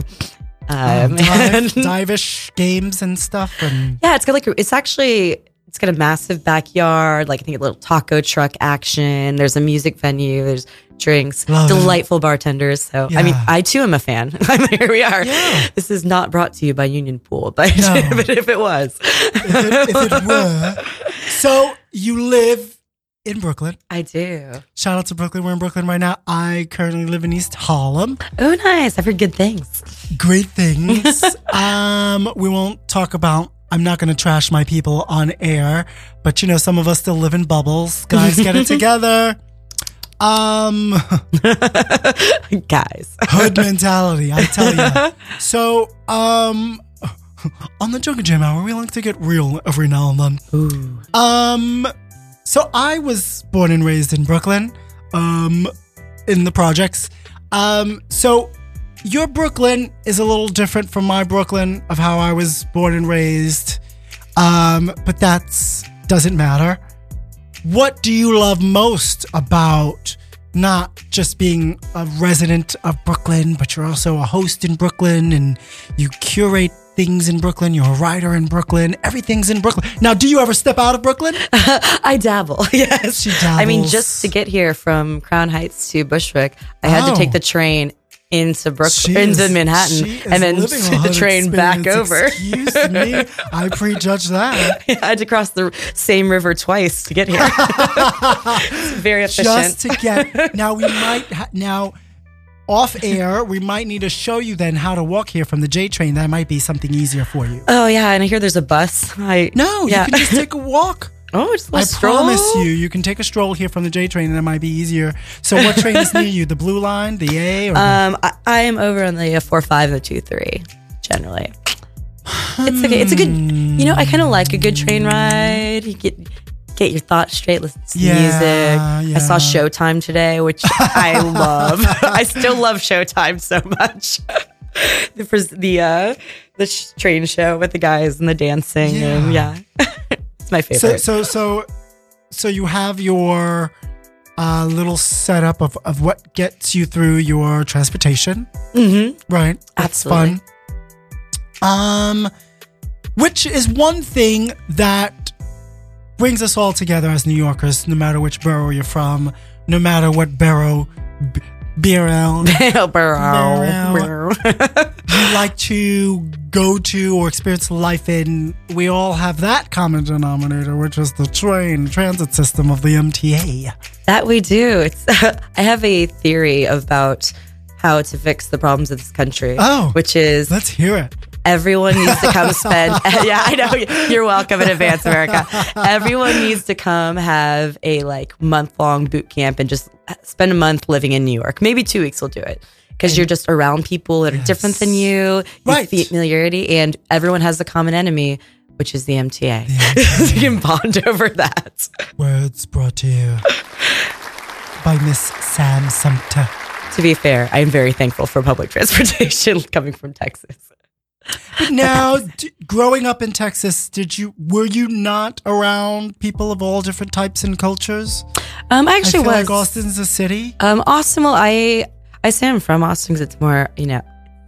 [SPEAKER 4] Um,
[SPEAKER 2] Um, dive,
[SPEAKER 4] and-
[SPEAKER 2] divish games and stuff, and
[SPEAKER 4] yeah, it's got like it's actually it's got a massive backyard, like I think a little taco truck action. There's a music venue. There's drinks,
[SPEAKER 2] Love it.
[SPEAKER 4] delightful bartenders. So I mean,
[SPEAKER 2] Yeah.
[SPEAKER 4] I too am a fan. I mean, here we are.
[SPEAKER 2] Yeah.
[SPEAKER 4] This is not brought to you by Union Pool, but,
[SPEAKER 2] No.
[SPEAKER 4] but if it was,
[SPEAKER 2] if it, if it were. So you live in Brooklyn.
[SPEAKER 4] I do.
[SPEAKER 2] Shout out to Brooklyn. We're in Brooklyn right now. I currently live in East Harlem.
[SPEAKER 4] Oh, nice! I've heard good things.
[SPEAKER 2] great things. um, we won't talk about I'm not going to trash my people on air, but you know, some of us still live in bubbles. Guys, get it together. Um,
[SPEAKER 4] guys.
[SPEAKER 2] hood mentality, I tell you. So, um, on the Jungle Jam Hour, we like to get real every now and then.
[SPEAKER 4] Ooh.
[SPEAKER 2] Um, so I was born and raised in Brooklyn, um, in the projects. Um, so your Brooklyn is a little different from my Brooklyn of how I was born and raised. Um, but that's doesn't matter. What do you love most about not just being a resident of Brooklyn, but you're also a host in Brooklyn and you curate things in Brooklyn, you're a writer in Brooklyn, everything's in Brooklyn. Now, do you ever step out of Brooklyn?
[SPEAKER 4] I dabble. Yes.
[SPEAKER 2] She
[SPEAKER 4] I mean,
[SPEAKER 2] dabbles.
[SPEAKER 4] just to get here from Crown Heights to Bushwick, I had
[SPEAKER 2] Oh.
[SPEAKER 4] to take the train
[SPEAKER 2] She
[SPEAKER 4] into Brooklyn,
[SPEAKER 2] is-
[SPEAKER 4] into
[SPEAKER 2] she
[SPEAKER 4] Manhattan,
[SPEAKER 2] is
[SPEAKER 4] and then
[SPEAKER 2] living a
[SPEAKER 4] the
[SPEAKER 2] hood
[SPEAKER 4] train back
[SPEAKER 2] experience.
[SPEAKER 4] over.
[SPEAKER 2] Excuse me, I prejudge that.
[SPEAKER 4] I had to cross the same river twice to get here. It's very efficient.
[SPEAKER 2] Just to get now, we might ha- now off air. We might need to show you then how to walk here from the J train. That might be something easier for you.
[SPEAKER 4] oh yeah, and I hear there's a bus. I
[SPEAKER 2] No,
[SPEAKER 4] yeah.
[SPEAKER 2] you can just take a walk.
[SPEAKER 4] oh, just a
[SPEAKER 2] I
[SPEAKER 4] little stroll.
[SPEAKER 2] promise you, you can take a stroll here from the J train, and that might be easier. So, what train is near you? The blue line, the A, or the-
[SPEAKER 4] Um, I, I am over on the uh, four five and the two three generally. It's okay. It's a good. You know, I kind of like a good train ride. You get get your thoughts straight. Listen to
[SPEAKER 2] Yeah,
[SPEAKER 4] music. I saw
[SPEAKER 2] yeah.
[SPEAKER 4] Showtime today, which I love. I still love Showtime so much. the pres- the uh, the sh- train show with the guys and the dancing and yeah, it's my
[SPEAKER 2] so,
[SPEAKER 4] favorite.
[SPEAKER 2] so, so, so you have your. uh, little setup of, of what gets you through your transportation.
[SPEAKER 4] hmm
[SPEAKER 2] Right. That's
[SPEAKER 4] Absolutely.
[SPEAKER 2] fun. Um which is one thing that brings us all together as New Yorkers, no matter which borough you're from, no matter what borough b- BRL Barrel. you like to go to or experience life in, we all have that common denominator, which is the train transit system of the MTA.
[SPEAKER 4] That we do. It's I have a theory about how to fix the problems of this country.
[SPEAKER 2] Oh.
[SPEAKER 4] which is
[SPEAKER 2] Let's hear it.
[SPEAKER 4] everyone needs to come spend. yeah, I know. You're welcome in advance, America. Everyone needs to come have a like month long boot camp and just spend a month living in New York. Maybe two weeks will do it. Because you're just around people that are different than you, you
[SPEAKER 2] Right.
[SPEAKER 4] familiarity, and everyone has the common enemy, which is the MTA. you can bond over that.
[SPEAKER 2] Words brought to you by Miss Sam Sumter.
[SPEAKER 4] To be fair, I am very thankful for public transportation coming from Texas.
[SPEAKER 2] now d- growing up in texas did you were you not around people of all different types and cultures
[SPEAKER 4] Um, I
[SPEAKER 2] i
[SPEAKER 4] actually
[SPEAKER 2] feel like
[SPEAKER 4] was
[SPEAKER 2] austin's a city
[SPEAKER 4] Um, Austin. Well, I I say I'm from Austin because it's more you know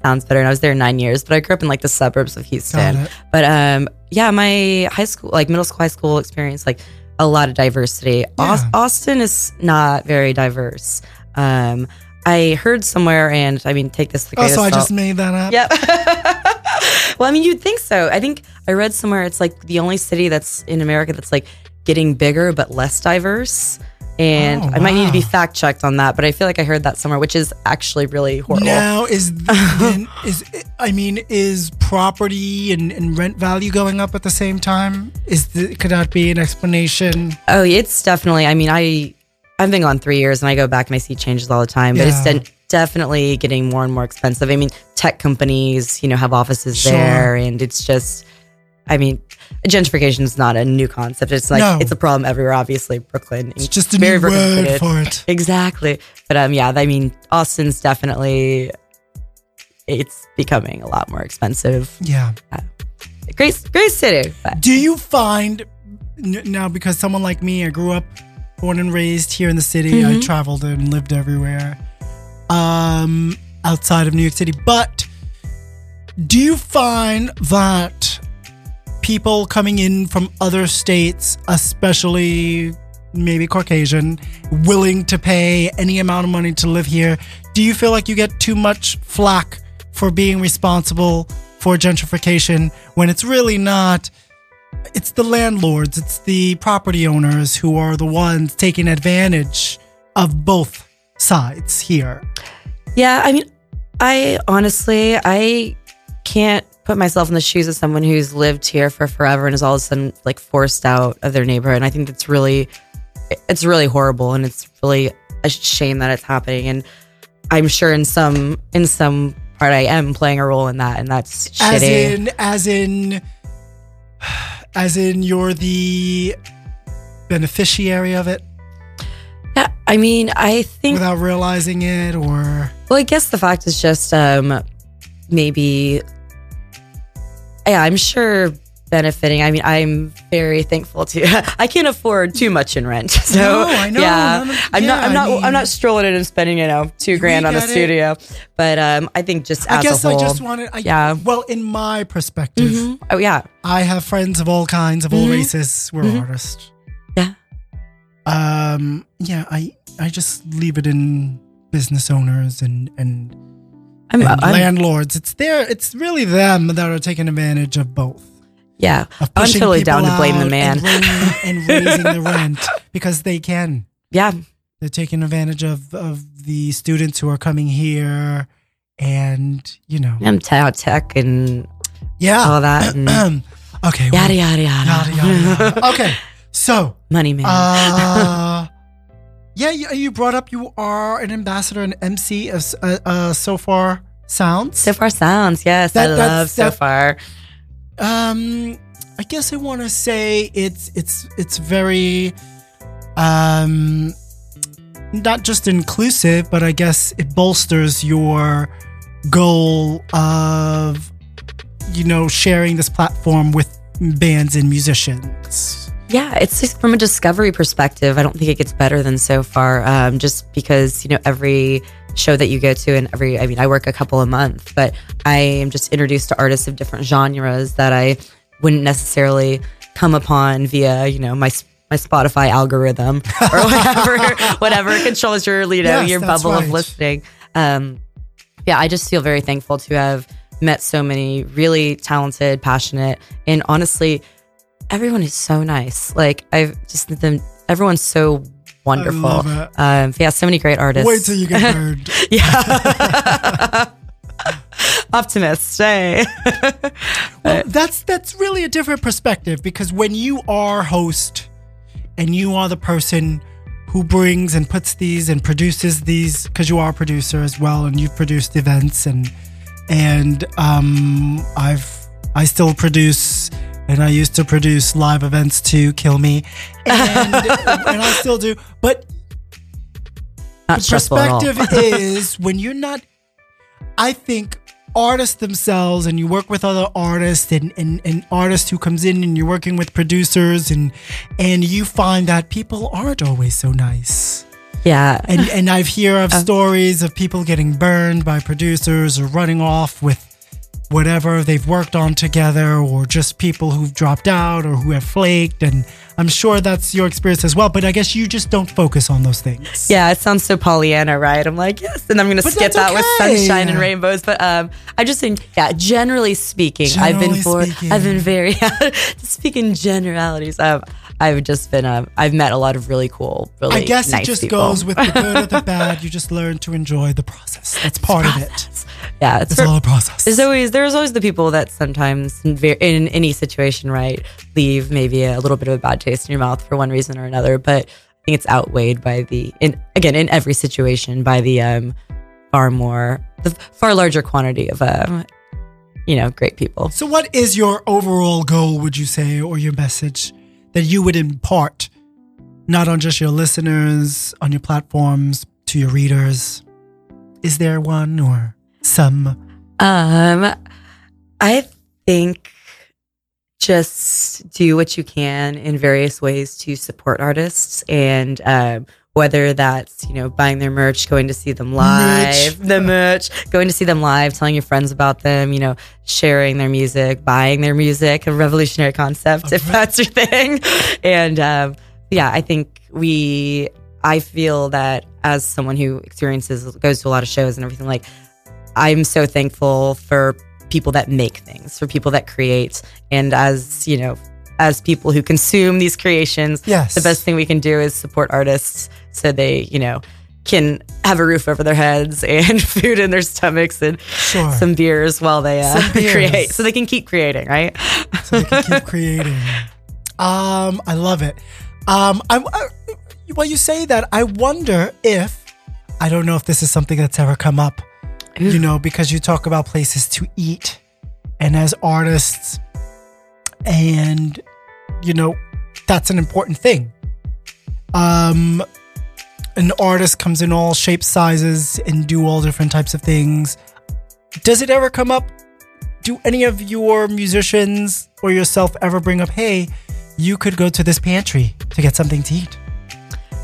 [SPEAKER 4] sounds better. And I was there nine years, but I grew up in like the suburbs of
[SPEAKER 2] Got
[SPEAKER 4] Houston.
[SPEAKER 2] it.
[SPEAKER 4] But um, yeah, my high school, like middle school, high school experience, like a lot of diversity. Aus- Austin is not very diverse. Um, I heard somewhere, and I mean, take this. with a
[SPEAKER 2] oh
[SPEAKER 4] grain of
[SPEAKER 2] so i
[SPEAKER 4] salt.
[SPEAKER 2] just made that up
[SPEAKER 4] Yep. well, I mean, you'd think so. I think I read somewhere it's like the only city that's in America that's like getting bigger but less diverse. And
[SPEAKER 2] Oh,
[SPEAKER 4] I might need to be
[SPEAKER 2] wow.
[SPEAKER 4] fact checked on that, but I feel like I heard that somewhere, which is actually really horrible.
[SPEAKER 2] now is th- then is i mean is property and, and rent value going up at the same time is the, could that be an explanation
[SPEAKER 4] Oh, it's definitely. I mean, I I've been gone three years, and I go back and I see changes all the time. But it's
[SPEAKER 2] Yeah.
[SPEAKER 4] de- definitely getting more and more expensive. I mean, tech companies, you know, have offices
[SPEAKER 2] Sure.
[SPEAKER 4] there, and it's just. I mean, gentrification is not a new concept. It's like
[SPEAKER 2] No.
[SPEAKER 4] it's a problem everywhere. Obviously, Brooklyn.
[SPEAKER 2] it's just a new word for it
[SPEAKER 4] Exactly. But um, yeah. I mean, Austin's definitely. It's becoming a lot more expensive.
[SPEAKER 2] yeah
[SPEAKER 4] Great, great city. But
[SPEAKER 2] Do you find n- now because someone like me, I grew up, born and raised here in the city. I traveled and lived everywhere, um, outside of New York City. But do you find that people coming in from other states, especially maybe Caucasian, willing to pay any amount of money to live here, do you feel like you get too much flack for being responsible for gentrification when it's really not? it's the landlords, it's the property owners who are the ones taking advantage of both sides here.
[SPEAKER 4] Yeah, I mean, I honestly, I can't put myself in the shoes of someone who's lived here for forever and is all of a sudden like forced out of their neighborhood. And I think that's really, it's really horrible, and it's really a shame that it's happening. And I'm sure in some in some part I am playing a role in that, and that's
[SPEAKER 2] As
[SPEAKER 4] shitty.
[SPEAKER 2] in, as in, as in, you're the beneficiary of it
[SPEAKER 4] yeah, I mean, I think
[SPEAKER 2] without realizing it, or
[SPEAKER 4] Well, I guess the fact is just um, maybe, yeah, I'm sure benefiting. I mean, I'm very thankful to. I can't afford too much in rent, so
[SPEAKER 2] No, I know.
[SPEAKER 4] yeah,
[SPEAKER 2] No, no,
[SPEAKER 4] I'm not.
[SPEAKER 2] yeah, I
[SPEAKER 4] I'm not. I
[SPEAKER 2] mean-
[SPEAKER 4] am not strolling in and spending you know two grand on a
[SPEAKER 2] get it.
[SPEAKER 4] studio, but um, I think just as
[SPEAKER 2] I guess
[SPEAKER 4] a
[SPEAKER 2] I
[SPEAKER 4] whole,
[SPEAKER 2] just Mm-hmm. wanted. I,
[SPEAKER 4] Yeah.
[SPEAKER 2] Well, in my perspective,
[SPEAKER 4] oh yeah,
[SPEAKER 2] I have friends of all kinds, of all races. We're artists.
[SPEAKER 4] Mm-hmm. Yeah.
[SPEAKER 2] Um. Yeah. I. I just leave it in business owners and and
[SPEAKER 4] I'm,
[SPEAKER 2] and
[SPEAKER 4] I'm-
[SPEAKER 2] landlords. It's their it's really them that are taking advantage of both.
[SPEAKER 4] yeah, I'm
[SPEAKER 2] Of pushing
[SPEAKER 4] totally
[SPEAKER 2] people
[SPEAKER 4] down to blame the
[SPEAKER 2] out
[SPEAKER 4] man.
[SPEAKER 2] and raising, and raising the rent because they can.
[SPEAKER 4] yeah,
[SPEAKER 2] They're taking advantage of of the students who are coming here, and you know,
[SPEAKER 4] I'm t- tech and
[SPEAKER 2] yeah.
[SPEAKER 4] all that and
[SPEAKER 2] okay. well,
[SPEAKER 4] yada yada yada,
[SPEAKER 2] Ah. yada, yada, yada. Okay. So.
[SPEAKER 4] money man.
[SPEAKER 2] Uh, yeah, you, you brought up you are an ambassador and MC of S- uh, uh, So Far Sounds.
[SPEAKER 4] so far sounds yes,
[SPEAKER 2] That-
[SPEAKER 4] I
[SPEAKER 2] that's-
[SPEAKER 4] love so
[SPEAKER 2] that-
[SPEAKER 4] far.
[SPEAKER 2] um, I guess I want to say it's it's it's very, um, not just inclusive, but I guess it bolsters your goal of, you know, sharing this platform with bands and musicians.
[SPEAKER 4] Yeah, it's just from a discovery perspective. I don't think it gets better than so far, um, just because you know every show that you go to and every I mean I work a couple a month, but I am just introduced to artists of different genres that I wouldn't necessarily come upon via you know my s- my Spotify algorithm or whatever whatever controls your you know
[SPEAKER 2] Yes,
[SPEAKER 4] your
[SPEAKER 2] that's
[SPEAKER 4] bubble
[SPEAKER 2] right.
[SPEAKER 4] of listening. Um, yeah, I just feel very thankful to have met so many really talented, passionate, and honestly, everyone is so nice. Like I've just them, everyone's so wonderful.
[SPEAKER 2] I love it.
[SPEAKER 4] Um, yeah, so many great artists.
[SPEAKER 2] Wait till you get heard.
[SPEAKER 4] yeah. Optimist, hey.
[SPEAKER 2] Well, that's that's really a different perspective because when you are host and you are the person who brings and puts these and produces these because you are a producer as well and you've produced events and and um, I've I still produce and I used to produce live events to kill me and, and I still do but
[SPEAKER 4] Not
[SPEAKER 2] the
[SPEAKER 4] stressful at all.
[SPEAKER 2] perspective is when you're not i think artists themselves and you work with other artists and, and, and artists who comes in and you're working with producers and and you find that people aren't always so nice
[SPEAKER 4] Yeah.
[SPEAKER 2] and and i've hear
[SPEAKER 4] Uh.
[SPEAKER 2] of stories of people getting burned by producers or running off with whatever they've worked on together or just people who've dropped out or who have flaked and i'm sure that's your experience as well but i guess you just don't focus on those things
[SPEAKER 4] Yeah, it sounds so Pollyanna, right? I'm like, yes, and I'm gonna
[SPEAKER 2] But
[SPEAKER 4] skip
[SPEAKER 2] that's
[SPEAKER 4] that with
[SPEAKER 2] okay.
[SPEAKER 4] sunshine and rainbows. But um, I just think, yeah, generally speaking, I've
[SPEAKER 2] Generally
[SPEAKER 4] been for,
[SPEAKER 2] speaking.
[SPEAKER 4] I've been very speaking generalities. Um, I've just been, um, I've met a lot of really cool, really.
[SPEAKER 2] I guess
[SPEAKER 4] nice
[SPEAKER 2] it just
[SPEAKER 4] people.
[SPEAKER 2] goes with the good or the bad. You just learn to enjoy the process. That's part of it.
[SPEAKER 4] yeah. It's
[SPEAKER 2] It's
[SPEAKER 4] for-
[SPEAKER 2] all a process.
[SPEAKER 4] there's always there's always the people that sometimes in, ver- in any situation, right, leave maybe a little bit of a bad taste in your mouth for one reason or another. But I think it's outweighed by the in again in every situation by the um far more the far larger quantity of um you know great people.
[SPEAKER 2] so, what is your overall goal, would you say, or your message that you would impart, not on just your listeners, on your platforms, to your readers? Is there one or some?
[SPEAKER 4] Um, I think just do what you can in various ways to support artists and um, whether that's you know buying their merch going to see them live the merch going to see them live telling your friends about them you know sharing their music buying their music a revolutionary concept if that's your thing and um, yeah i think we i feel that as someone who experiences goes to a lot of shows and everything like I'm so thankful for people that make things, for people that create, and as you know, as people who consume these creations,
[SPEAKER 2] Yes.
[SPEAKER 4] the best thing we can do is support artists so they, you know, can have a roof over their heads and food in their stomachs and
[SPEAKER 2] Sure.
[SPEAKER 4] some beers while they uh,
[SPEAKER 2] Some beers.
[SPEAKER 4] create. So they can keep creating, right?
[SPEAKER 2] so they can keep creating. Um, I love it. Um, I, I while you say that, I wonder if I don't know if this is something that's ever come up. You know, because you talk about places to eat, and as artists, and you know, that's an important thing. Um, an artist comes in all shapes, sizes, and do all different types of things. Does it ever come up do any of your musicians or yourself ever bring up, hey, you could go to this pantry to get something to eat?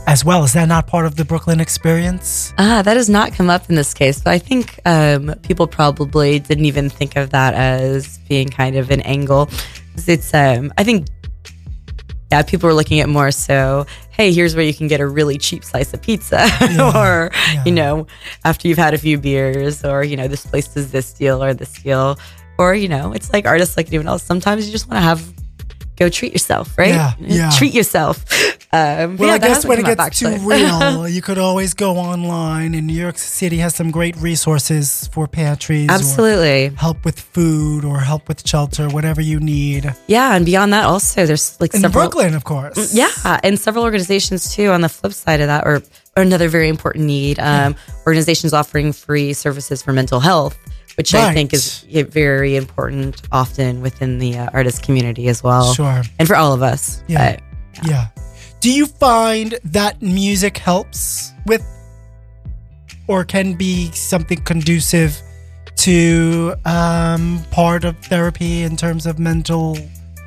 [SPEAKER 2] As well, is that not part of the Brooklyn experience?
[SPEAKER 4] Ah, that has not come up in this case, but I think um, people probably didn't even think of that as being kind of an angle. 'Cause It's, um, I think, yeah, people were looking at more so, hey, here's where you can get a really cheap slice of pizza, or you know, after you've had a few beers, or you know, this place does this deal or this deal, or you know, it's like artists like anyone else. Sometimes you just want to have go treat yourself, right?
[SPEAKER 2] Yeah, yeah.
[SPEAKER 4] Treat yourself. Um, but
[SPEAKER 2] Well,
[SPEAKER 4] yeah,
[SPEAKER 2] I
[SPEAKER 4] that
[SPEAKER 2] guess
[SPEAKER 4] hasn't
[SPEAKER 2] when it
[SPEAKER 4] come up,
[SPEAKER 2] gets
[SPEAKER 4] actually.
[SPEAKER 2] too real, you could always go online, and New York City has some great resources for pantries. or
[SPEAKER 4] Absolutely.
[SPEAKER 2] Help with food or help with shelter, whatever you need.
[SPEAKER 4] Yeah, and beyond that, also there's like
[SPEAKER 2] In
[SPEAKER 4] several. Mm,
[SPEAKER 2] Brooklyn, of course.
[SPEAKER 4] Yeah, and several organizations too. On the flip side of that, or, or another very important need,
[SPEAKER 2] Hmm.
[SPEAKER 4] um, organizations offering free services for mental health, which I
[SPEAKER 2] Right.
[SPEAKER 4] think is yeah, very important often within the uh, artist community as well,
[SPEAKER 2] Sure.
[SPEAKER 4] and for all of us.
[SPEAKER 2] Yeah.
[SPEAKER 4] But
[SPEAKER 2] Yeah. Do you find that music helps with or can be something conducive to um, part of therapy in terms of mental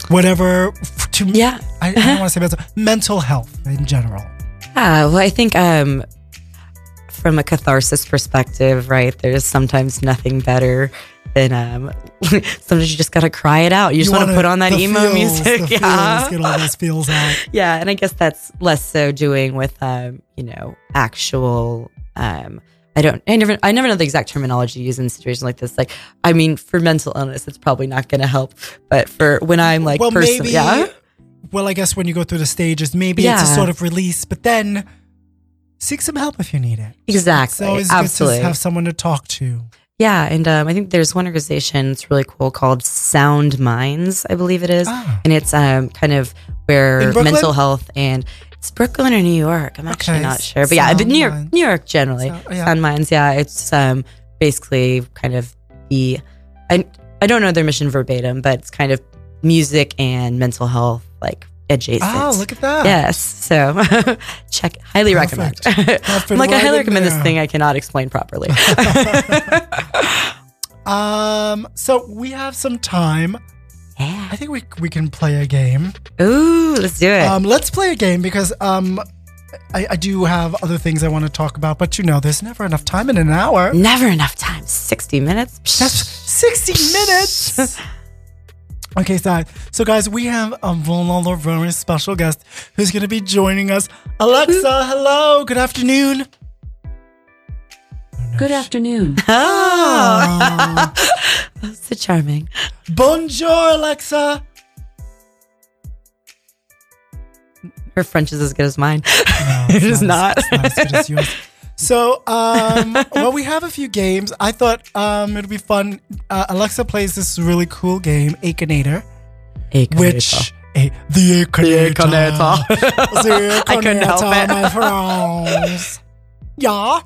[SPEAKER 2] whatever f- to
[SPEAKER 4] Yeah.
[SPEAKER 2] I, I don't want to say mental mental health in general.
[SPEAKER 4] Yeah, well, I think um, from a catharsis perspective, right? There's sometimes nothing better than um, sometimes you just gotta cry it out. You just want to
[SPEAKER 2] wanna-
[SPEAKER 4] put on that
[SPEAKER 2] the
[SPEAKER 4] emo
[SPEAKER 2] feels,
[SPEAKER 4] music,
[SPEAKER 2] the
[SPEAKER 4] yeah.
[SPEAKER 2] feels, get all those feels out.
[SPEAKER 4] yeah and i guess that's less so doing with um you know actual um i don't i never i never know the exact terminology used in situations like this like i mean for mental illness it's probably not gonna help but for when i'm like
[SPEAKER 2] well,
[SPEAKER 4] person-
[SPEAKER 2] maybe.
[SPEAKER 4] yeah
[SPEAKER 2] Well, I guess when you go through the stages, maybe it's a
[SPEAKER 4] Yeah.
[SPEAKER 2] sort of release, but then seek some help if you need it. It's
[SPEAKER 4] exactly
[SPEAKER 2] always
[SPEAKER 4] absolutely
[SPEAKER 2] good to have someone to talk to.
[SPEAKER 4] yeah and um i think there's one organization it's really cool called sound minds i believe it is
[SPEAKER 2] Ah.
[SPEAKER 4] and it's um kind of
[SPEAKER 2] In
[SPEAKER 4] where
[SPEAKER 2] Brooklyn?
[SPEAKER 4] mental health and it's Brooklyn or New York. I'm actually
[SPEAKER 2] Okay,
[SPEAKER 4] not sure, but yeah, but
[SPEAKER 2] Sound
[SPEAKER 4] New York,
[SPEAKER 2] Minds.
[SPEAKER 4] New York generally.
[SPEAKER 2] Sound- yeah.
[SPEAKER 4] Sound Minds, yeah, it's um basically kind of the I I don't know their mission verbatim, but it's kind of music and mental health like adjacent.
[SPEAKER 2] Oh, look at that.
[SPEAKER 4] Yes, so check. Highly
[SPEAKER 2] Perfect.
[SPEAKER 4] recommend.
[SPEAKER 2] Perfect,
[SPEAKER 4] I'm like I
[SPEAKER 2] right
[SPEAKER 4] highly
[SPEAKER 2] in
[SPEAKER 4] recommend
[SPEAKER 2] there.
[SPEAKER 4] this thing. I cannot explain properly.
[SPEAKER 2] Um, so we have some time.
[SPEAKER 4] yeah.
[SPEAKER 2] I think we we can play a game.
[SPEAKER 4] Ooh, let's do it.
[SPEAKER 2] Um, let's play a game because um, I, I do have other things I want to talk about, but you know, there's never enough time in an hour.
[SPEAKER 4] Never enough time. Sixty minutes.
[SPEAKER 2] That's sixty minutes. Okay, so, so guys, we have a vulnerable, very special guest who's going to be joining us. Alexa, hello, good afternoon.
[SPEAKER 5] Good afternoon.
[SPEAKER 2] Oh.
[SPEAKER 4] So charming.
[SPEAKER 2] Bonjour, Alexa.
[SPEAKER 4] Her French is as good as mine. it is not.
[SPEAKER 2] It's not as good as yours. So, um, well, we have a few games. I thought um, it'd be fun. Uh, Alexa plays this really cool game, Akinator, which a, the Akinator. the Akinator.
[SPEAKER 4] I couldn't help it.
[SPEAKER 2] my friends. Yeah.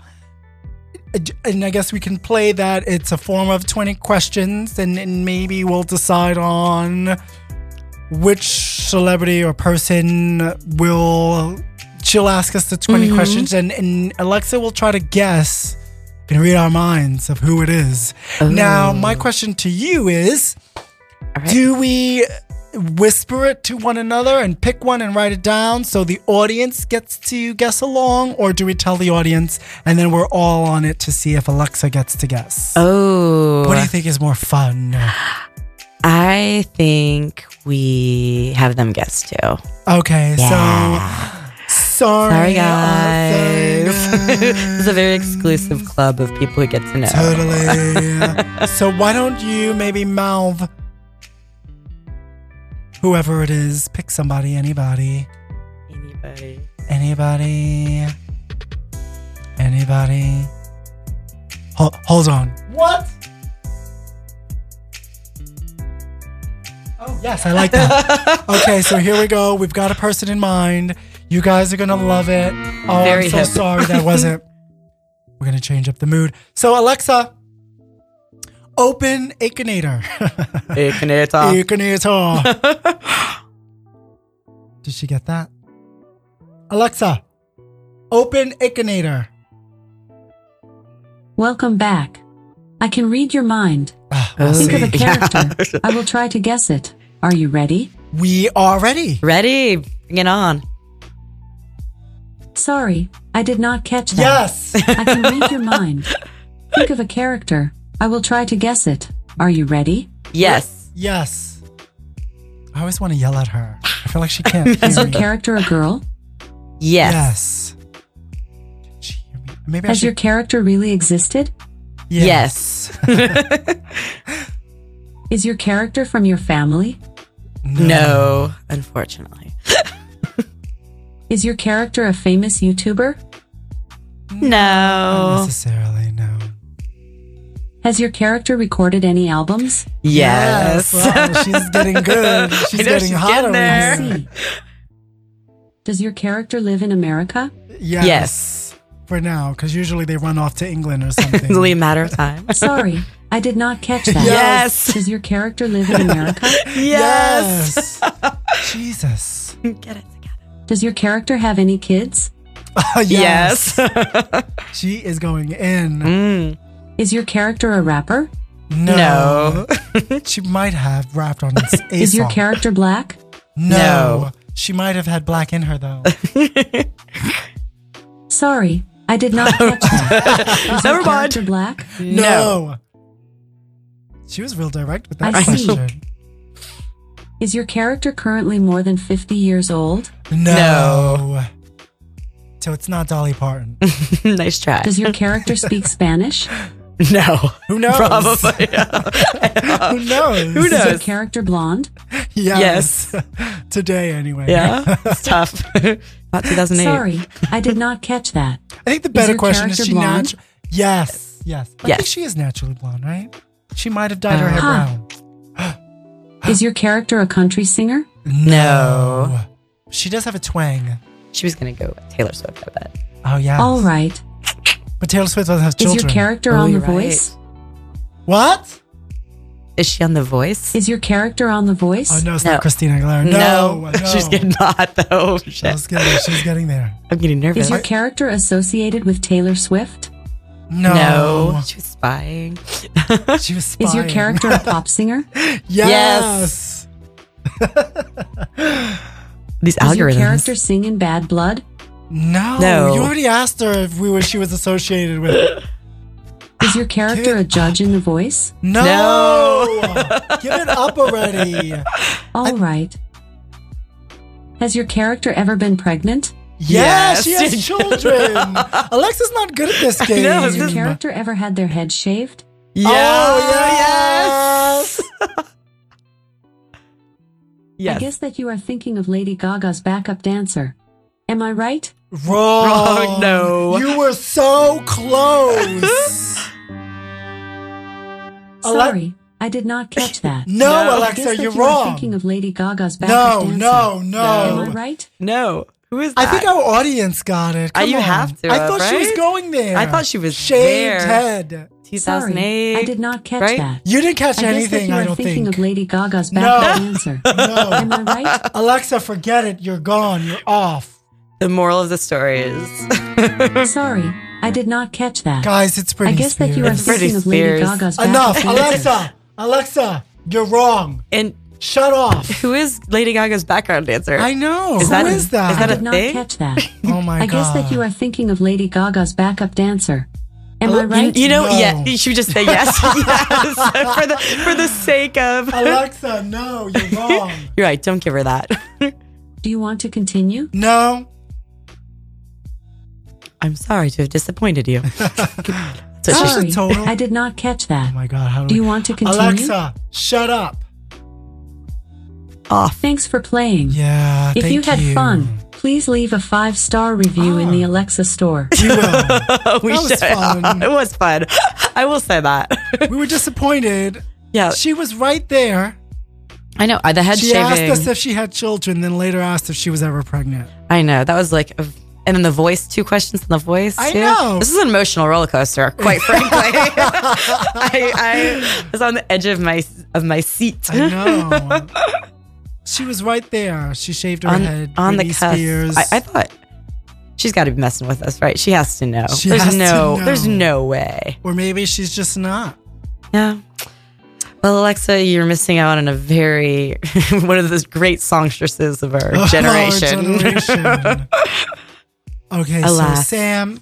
[SPEAKER 2] And I guess we can play that. It's a form of 20 questions, and, and maybe we'll decide on which celebrity or person will she'll ask us the 20
[SPEAKER 4] Mm-hmm.
[SPEAKER 2] questions and, and alexa will try to guess and read our minds of who it is now my question to you is
[SPEAKER 4] right.
[SPEAKER 2] do we whisper it to one another and pick one and write it down so the audience gets to guess along or do we tell the audience and then we're all on it to see if alexa gets to guess
[SPEAKER 4] Oh,
[SPEAKER 2] what do you think is more fun
[SPEAKER 4] I think we have them guess too.
[SPEAKER 2] Okay, so sorry,
[SPEAKER 4] Sorry,
[SPEAKER 2] uh,
[SPEAKER 4] guys. it's a very exclusive club of people who get to know.
[SPEAKER 2] totally. so why don't you maybe mouth whoever it is, pick somebody, anybody,
[SPEAKER 4] Anybody.
[SPEAKER 2] anybody. Anybody? Ho- hold on. What? Oh, yes, I like that. okay, so here we go. We've got a person in mind. You guys are going to love it. Oh,
[SPEAKER 4] Very
[SPEAKER 2] I'm so
[SPEAKER 4] hip.
[SPEAKER 2] sorry that wasn't. We're going to change up the mood. So, Alexa, open Akinator.
[SPEAKER 4] Akinator.
[SPEAKER 2] Akinator. Did she get that? Alexa, open Akinator.
[SPEAKER 5] Welcome back. I can read your mind.
[SPEAKER 2] Ah,
[SPEAKER 4] Oh.
[SPEAKER 2] we'll
[SPEAKER 5] Uh, Think of a
[SPEAKER 2] see.
[SPEAKER 4] Yeah.
[SPEAKER 5] character. I will try to guess it. Are you ready?
[SPEAKER 2] We are ready.
[SPEAKER 4] Ready? Bring it on.
[SPEAKER 5] Sorry, I did not catch that.
[SPEAKER 2] Yes.
[SPEAKER 5] I can read your mind. Think of a character. I will try to guess it. Are you ready?
[SPEAKER 4] Yes.
[SPEAKER 2] Yes. I always want to yell at her. I feel like she can't.
[SPEAKER 5] Is
[SPEAKER 2] hear
[SPEAKER 5] your
[SPEAKER 2] me.
[SPEAKER 5] character a girl?
[SPEAKER 4] Yes.
[SPEAKER 2] Yes. Did she hear me? Maybe I
[SPEAKER 5] Has your
[SPEAKER 2] should.
[SPEAKER 5] character really existed?
[SPEAKER 4] Yes.
[SPEAKER 5] Is your character from your family?
[SPEAKER 4] No, unfortunately.
[SPEAKER 5] Is your character a famous YouTuber?
[SPEAKER 2] Not
[SPEAKER 4] No.
[SPEAKER 2] necessarily. No.
[SPEAKER 5] Has your character recorded any albums?
[SPEAKER 4] Yes.
[SPEAKER 2] Wow, she's getting good. She's
[SPEAKER 4] I know,
[SPEAKER 2] getting
[SPEAKER 4] she's
[SPEAKER 2] hotter.
[SPEAKER 4] getting
[SPEAKER 5] I
[SPEAKER 2] in
[SPEAKER 4] there.
[SPEAKER 2] here.
[SPEAKER 5] see. Does your character live in America?
[SPEAKER 2] Yes.
[SPEAKER 4] Yes.
[SPEAKER 2] For now, because usually they run off to England or something.
[SPEAKER 4] It's only a matter of time.
[SPEAKER 5] Sorry, I did not catch that.
[SPEAKER 4] Yes.
[SPEAKER 5] Does your character live in America?
[SPEAKER 4] Yes.
[SPEAKER 2] Yes. Jesus.
[SPEAKER 4] Get it together.
[SPEAKER 5] Does your character have any kids?
[SPEAKER 4] Yes.
[SPEAKER 2] She is going in.
[SPEAKER 4] Mm.
[SPEAKER 5] Is your character a rapper?
[SPEAKER 2] No. she might have rapped on this. A
[SPEAKER 5] Is your
[SPEAKER 2] song.
[SPEAKER 5] character black?
[SPEAKER 2] No.
[SPEAKER 4] No.
[SPEAKER 2] She might have had black in her though.
[SPEAKER 5] Sorry, I did not catch that. Is
[SPEAKER 4] Never
[SPEAKER 5] your
[SPEAKER 4] mind.
[SPEAKER 5] character black?
[SPEAKER 2] no. She was real direct with that
[SPEAKER 5] I see.
[SPEAKER 2] question.
[SPEAKER 5] Is your character currently more than 50 years old?
[SPEAKER 2] No.
[SPEAKER 4] No.
[SPEAKER 2] So it's not Dolly Parton.
[SPEAKER 4] nice try.
[SPEAKER 5] Does your character speak Spanish?
[SPEAKER 4] no.
[SPEAKER 2] Who knows?
[SPEAKER 4] Probably.
[SPEAKER 2] Who knows?
[SPEAKER 4] Who
[SPEAKER 5] Is your
[SPEAKER 4] knows?
[SPEAKER 5] character blonde?
[SPEAKER 2] Yes. Today anyway.
[SPEAKER 4] Yeah. It's tough. Not 2008.
[SPEAKER 5] Sorry, I did not catch that.
[SPEAKER 2] I think the better
[SPEAKER 5] your
[SPEAKER 2] question is
[SPEAKER 5] character
[SPEAKER 2] she
[SPEAKER 5] blonde?
[SPEAKER 2] natural. Yes. Yes. I think
[SPEAKER 4] Yes.
[SPEAKER 2] she is naturally blonde, right? She might have dyed her hair
[SPEAKER 5] Huh.
[SPEAKER 2] brown.
[SPEAKER 5] Is your character a country singer?
[SPEAKER 2] No. She does have a twang.
[SPEAKER 4] She was going to go with Taylor Swift, I bet.
[SPEAKER 2] Oh yeah.
[SPEAKER 5] All right.
[SPEAKER 2] But Taylor Swift doesn't have
[SPEAKER 5] Is
[SPEAKER 2] children.
[SPEAKER 5] your character
[SPEAKER 4] Oh,
[SPEAKER 5] on The
[SPEAKER 4] you're right.
[SPEAKER 5] Voice?
[SPEAKER 2] What?
[SPEAKER 4] Is she on The Voice?
[SPEAKER 5] Is your character on The Voice?
[SPEAKER 2] Oh no, it's
[SPEAKER 4] No.
[SPEAKER 2] not Christina Aguilera. No, no.
[SPEAKER 4] She's getting hot, though.
[SPEAKER 2] I
[SPEAKER 4] Shit.
[SPEAKER 2] was getting. She's getting there.
[SPEAKER 4] I'm getting nervous.
[SPEAKER 5] Is your character associated with Taylor Swift?
[SPEAKER 2] No.
[SPEAKER 4] no. She was spying.
[SPEAKER 2] She was spying.
[SPEAKER 5] Is your character a pop singer?
[SPEAKER 2] Yes.
[SPEAKER 4] These
[SPEAKER 5] Does your
[SPEAKER 4] algorithms.
[SPEAKER 5] character sing in Bad Blood?
[SPEAKER 2] No.
[SPEAKER 4] No.
[SPEAKER 2] You already asked her if we were she was associated with. Ah,
[SPEAKER 5] Is your character a judge in The Voice?
[SPEAKER 2] No.
[SPEAKER 4] No.
[SPEAKER 2] Give it up already. Yes.
[SPEAKER 5] All right. Has your character ever been pregnant?
[SPEAKER 2] Yeah, she
[SPEAKER 4] Yes.
[SPEAKER 2] has children. Alexa's not good at this game.
[SPEAKER 4] know, I was
[SPEAKER 5] Has your
[SPEAKER 4] Mm.
[SPEAKER 5] character ever had their head shaved?
[SPEAKER 4] Yeah.
[SPEAKER 2] Oh, yes.
[SPEAKER 5] I guess that you are thinking of Lady Gaga's backup dancer. Am I right?
[SPEAKER 2] Wrong.
[SPEAKER 4] Wrong, no.
[SPEAKER 2] You were so close. Ale-
[SPEAKER 5] Sorry, I did not catch that.
[SPEAKER 2] No,
[SPEAKER 4] No.
[SPEAKER 5] I
[SPEAKER 2] Alexa,
[SPEAKER 5] guess that
[SPEAKER 2] you're
[SPEAKER 5] you Are
[SPEAKER 2] wrong.
[SPEAKER 5] thinking of Lady Gaga's backup
[SPEAKER 2] No,
[SPEAKER 5] dancer.
[SPEAKER 2] no,
[SPEAKER 5] Am I
[SPEAKER 2] no.
[SPEAKER 5] right?
[SPEAKER 4] No. Who is
[SPEAKER 2] I
[SPEAKER 4] that?
[SPEAKER 2] think our audience got it.
[SPEAKER 4] Uh,
[SPEAKER 2] Come
[SPEAKER 4] you
[SPEAKER 2] on.
[SPEAKER 4] have to
[SPEAKER 2] I
[SPEAKER 4] have,
[SPEAKER 2] thought she was
[SPEAKER 4] right?
[SPEAKER 2] going there.
[SPEAKER 4] I thought she was
[SPEAKER 2] shaved
[SPEAKER 4] there.
[SPEAKER 2] head.
[SPEAKER 5] Sorry,
[SPEAKER 4] 2008.
[SPEAKER 5] I did not catch
[SPEAKER 4] right?
[SPEAKER 5] that.
[SPEAKER 2] You didn't catch
[SPEAKER 5] I guess that
[SPEAKER 2] anything.
[SPEAKER 5] you
[SPEAKER 2] I
[SPEAKER 5] are
[SPEAKER 2] don't
[SPEAKER 5] thinking
[SPEAKER 2] think.
[SPEAKER 5] of Lady Gaga's
[SPEAKER 2] No.
[SPEAKER 5] backup dancer. Am
[SPEAKER 2] no,
[SPEAKER 5] I right?
[SPEAKER 2] Alexa, forget it. You're gone. You're off.
[SPEAKER 4] The moral of the story is
[SPEAKER 5] Sorry, I did not catch that.
[SPEAKER 2] Guys, it's
[SPEAKER 5] I
[SPEAKER 2] pretty.
[SPEAKER 5] guess that you are
[SPEAKER 4] Britney
[SPEAKER 5] thinking of Lady
[SPEAKER 4] Spears.
[SPEAKER 5] Gaga's
[SPEAKER 2] enough,
[SPEAKER 5] backup dancer.
[SPEAKER 2] Alexa. Alexa, you're wrong.
[SPEAKER 4] and
[SPEAKER 2] Shut off.
[SPEAKER 4] who is Lady Gaga's background dancer?
[SPEAKER 2] I know.
[SPEAKER 4] Is
[SPEAKER 2] Who
[SPEAKER 4] that a-
[SPEAKER 2] is that?
[SPEAKER 4] is
[SPEAKER 5] I
[SPEAKER 4] that a
[SPEAKER 5] did not
[SPEAKER 4] thing?
[SPEAKER 5] catch that.
[SPEAKER 2] oh my
[SPEAKER 5] I
[SPEAKER 2] god.
[SPEAKER 5] guess that you are thinking of Lady Gaga's backup dancer. Am I right?
[SPEAKER 4] You know,
[SPEAKER 2] No.
[SPEAKER 4] yeah, you should just say yes, yes for the for the sake of.
[SPEAKER 2] Alexa, no, you're wrong.
[SPEAKER 4] You're right. Don't give her that.
[SPEAKER 5] Do you want to continue?
[SPEAKER 2] no.
[SPEAKER 4] I'm sorry to have disappointed you. That's what she-
[SPEAKER 2] just a
[SPEAKER 5] Sorry,
[SPEAKER 2] total-
[SPEAKER 5] I did not catch that.
[SPEAKER 2] Oh my god. How do,
[SPEAKER 5] Do you
[SPEAKER 2] we-
[SPEAKER 5] want to continue?
[SPEAKER 2] Alexa, shut up.
[SPEAKER 4] off.
[SPEAKER 5] Thanks for playing.
[SPEAKER 2] Yeah.
[SPEAKER 5] if you
[SPEAKER 2] thank Ah.
[SPEAKER 5] had fun, Please leave a five star review in the Alexa store.
[SPEAKER 2] You will.
[SPEAKER 4] Oh, we
[SPEAKER 2] That was
[SPEAKER 4] should-
[SPEAKER 2] fun.
[SPEAKER 4] it was fun. I will say that.
[SPEAKER 2] we were disappointed.
[SPEAKER 4] yeah,
[SPEAKER 2] She uh, was right there.
[SPEAKER 4] I know. I- The Uh, head
[SPEAKER 2] She
[SPEAKER 4] shaving.
[SPEAKER 2] asked us if she had children, then later asked if she was ever pregnant.
[SPEAKER 4] I know. That was like, a, and then the voice, two questions on the voice.
[SPEAKER 2] I
[SPEAKER 4] too.
[SPEAKER 2] know.
[SPEAKER 4] This is an emotional roller coaster, quite frankly. I, I was on the edge of my of my seat.
[SPEAKER 2] I know. she was right there. She shaved her
[SPEAKER 4] on
[SPEAKER 2] head.
[SPEAKER 4] on the
[SPEAKER 2] Britney
[SPEAKER 4] cusp.
[SPEAKER 2] Spears.
[SPEAKER 4] I, I thought she's got to be messing with us, right? She has to know.
[SPEAKER 2] She
[SPEAKER 4] there's
[SPEAKER 2] has to
[SPEAKER 4] no,
[SPEAKER 2] know.
[SPEAKER 4] there's no way.
[SPEAKER 2] or maybe she's just not.
[SPEAKER 4] Yeah. Well, Alexa, you're missing out on a very one of those great songstresses of our
[SPEAKER 2] Our
[SPEAKER 4] generation.
[SPEAKER 2] Oh, generation. okay, so
[SPEAKER 4] Alas.
[SPEAKER 2] Sam,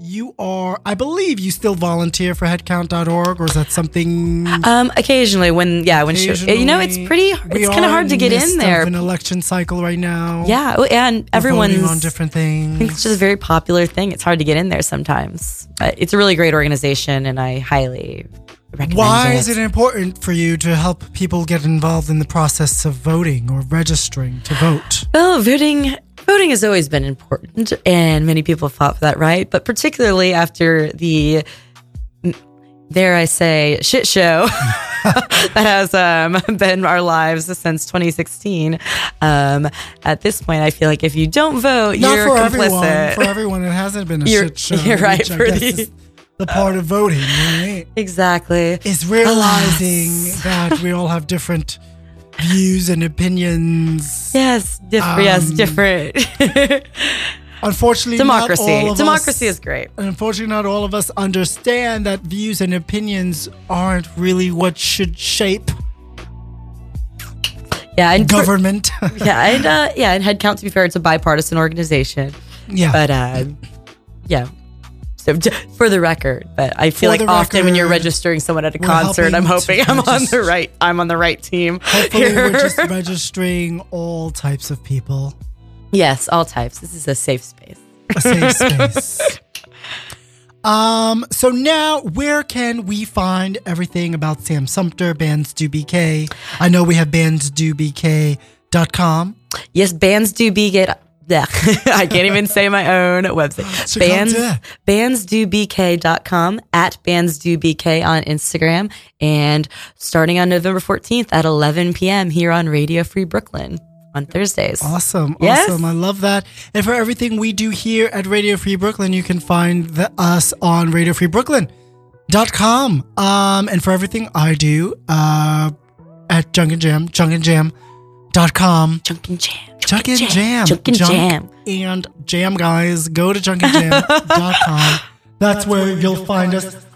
[SPEAKER 2] you are, I believe you still volunteer for headcount.org, or is that something?
[SPEAKER 4] um, occasionally, when yeah, when she, you know, it's
[SPEAKER 2] occasionally?
[SPEAKER 4] pretty,
[SPEAKER 2] We
[SPEAKER 4] it's kind
[SPEAKER 2] are
[SPEAKER 4] of hard to
[SPEAKER 2] the
[SPEAKER 4] get
[SPEAKER 2] midst
[SPEAKER 4] in there.
[SPEAKER 2] Of an election cycle right now.
[SPEAKER 4] Yeah, oh, and
[SPEAKER 2] We're voting
[SPEAKER 4] everyone's
[SPEAKER 2] on different
[SPEAKER 4] I think it's
[SPEAKER 2] things.
[SPEAKER 4] just a very popular thing. It's hard to get in there sometimes, but it's a really great organization, and I highly recommend
[SPEAKER 2] Why
[SPEAKER 4] it.
[SPEAKER 2] is it important for you to help people get involved in the process of voting or registering to vote?
[SPEAKER 4] Well, voting voting has always been important, and many people fought for that right. But particularly after the, dare I say, shit show that has um, been our lives since 2016. Um, at this point, I feel like if you don't vote,
[SPEAKER 2] Not
[SPEAKER 4] you're
[SPEAKER 2] for everyone.
[SPEAKER 4] complicit.
[SPEAKER 2] For everyone, it hasn't been a
[SPEAKER 4] You're-
[SPEAKER 2] shit show.
[SPEAKER 4] you're right,
[SPEAKER 2] which I
[SPEAKER 4] for
[SPEAKER 2] guess
[SPEAKER 4] the-
[SPEAKER 2] is the part of voting, right?
[SPEAKER 4] exactly.
[SPEAKER 2] is realizing that we all have different views and opinions.
[SPEAKER 4] Yes, diff-
[SPEAKER 2] Um,
[SPEAKER 4] yes, different.
[SPEAKER 2] Unfortunately, not all
[SPEAKER 4] democracy.
[SPEAKER 2] of
[SPEAKER 4] Democracy
[SPEAKER 2] us,
[SPEAKER 4] is great.
[SPEAKER 2] Unfortunately, not all of us understand that views and opinions aren't really what should shape
[SPEAKER 4] Yeah, and for-
[SPEAKER 2] government.
[SPEAKER 4] yeah, and uh, yeah, and headcount. To be fair, it's a bipartisan organization.
[SPEAKER 2] yeah,
[SPEAKER 4] but uh, yeah. So j- for the record, but I feel
[SPEAKER 2] For
[SPEAKER 4] like
[SPEAKER 2] the
[SPEAKER 4] often when you're
[SPEAKER 2] record,
[SPEAKER 4] registering someone at a
[SPEAKER 2] we're
[SPEAKER 4] concert, I'm
[SPEAKER 2] helping
[SPEAKER 4] hoping
[SPEAKER 2] to
[SPEAKER 4] I'm on
[SPEAKER 2] register-
[SPEAKER 4] the right. I'm on the right team.
[SPEAKER 2] hopefully,
[SPEAKER 4] here.
[SPEAKER 2] we're just registering all types of people.
[SPEAKER 4] yes, all types. This is a safe space.
[SPEAKER 2] A safe space. Um, so now where can we find everything about Sam Sumter, Bands Do BK? I know we have bandsdobk.com.
[SPEAKER 4] Yes, bands do be get. blech. I can't even say my own website.
[SPEAKER 2] So come
[SPEAKER 4] Bands,
[SPEAKER 2] to-
[SPEAKER 4] bandsdobk.com at bandsdobk on Instagram and starting on November 14th at 11 p.m. here on Radio Free Brooklyn on Thursdays.
[SPEAKER 2] Awesome.
[SPEAKER 4] Yes.
[SPEAKER 2] Awesome. I love that. And for everything we do here at Radio Free Brooklyn, you can find the, us on radiofreebrooklyn.com. Um, and for everything I do uh, at Junk and Jam, junkandjam.com.
[SPEAKER 4] Junk and jam.
[SPEAKER 2] Junk and Jam.
[SPEAKER 4] Junk and jam.
[SPEAKER 2] And Jam, guys. Go to junkandjam.com. That's where you'll find us.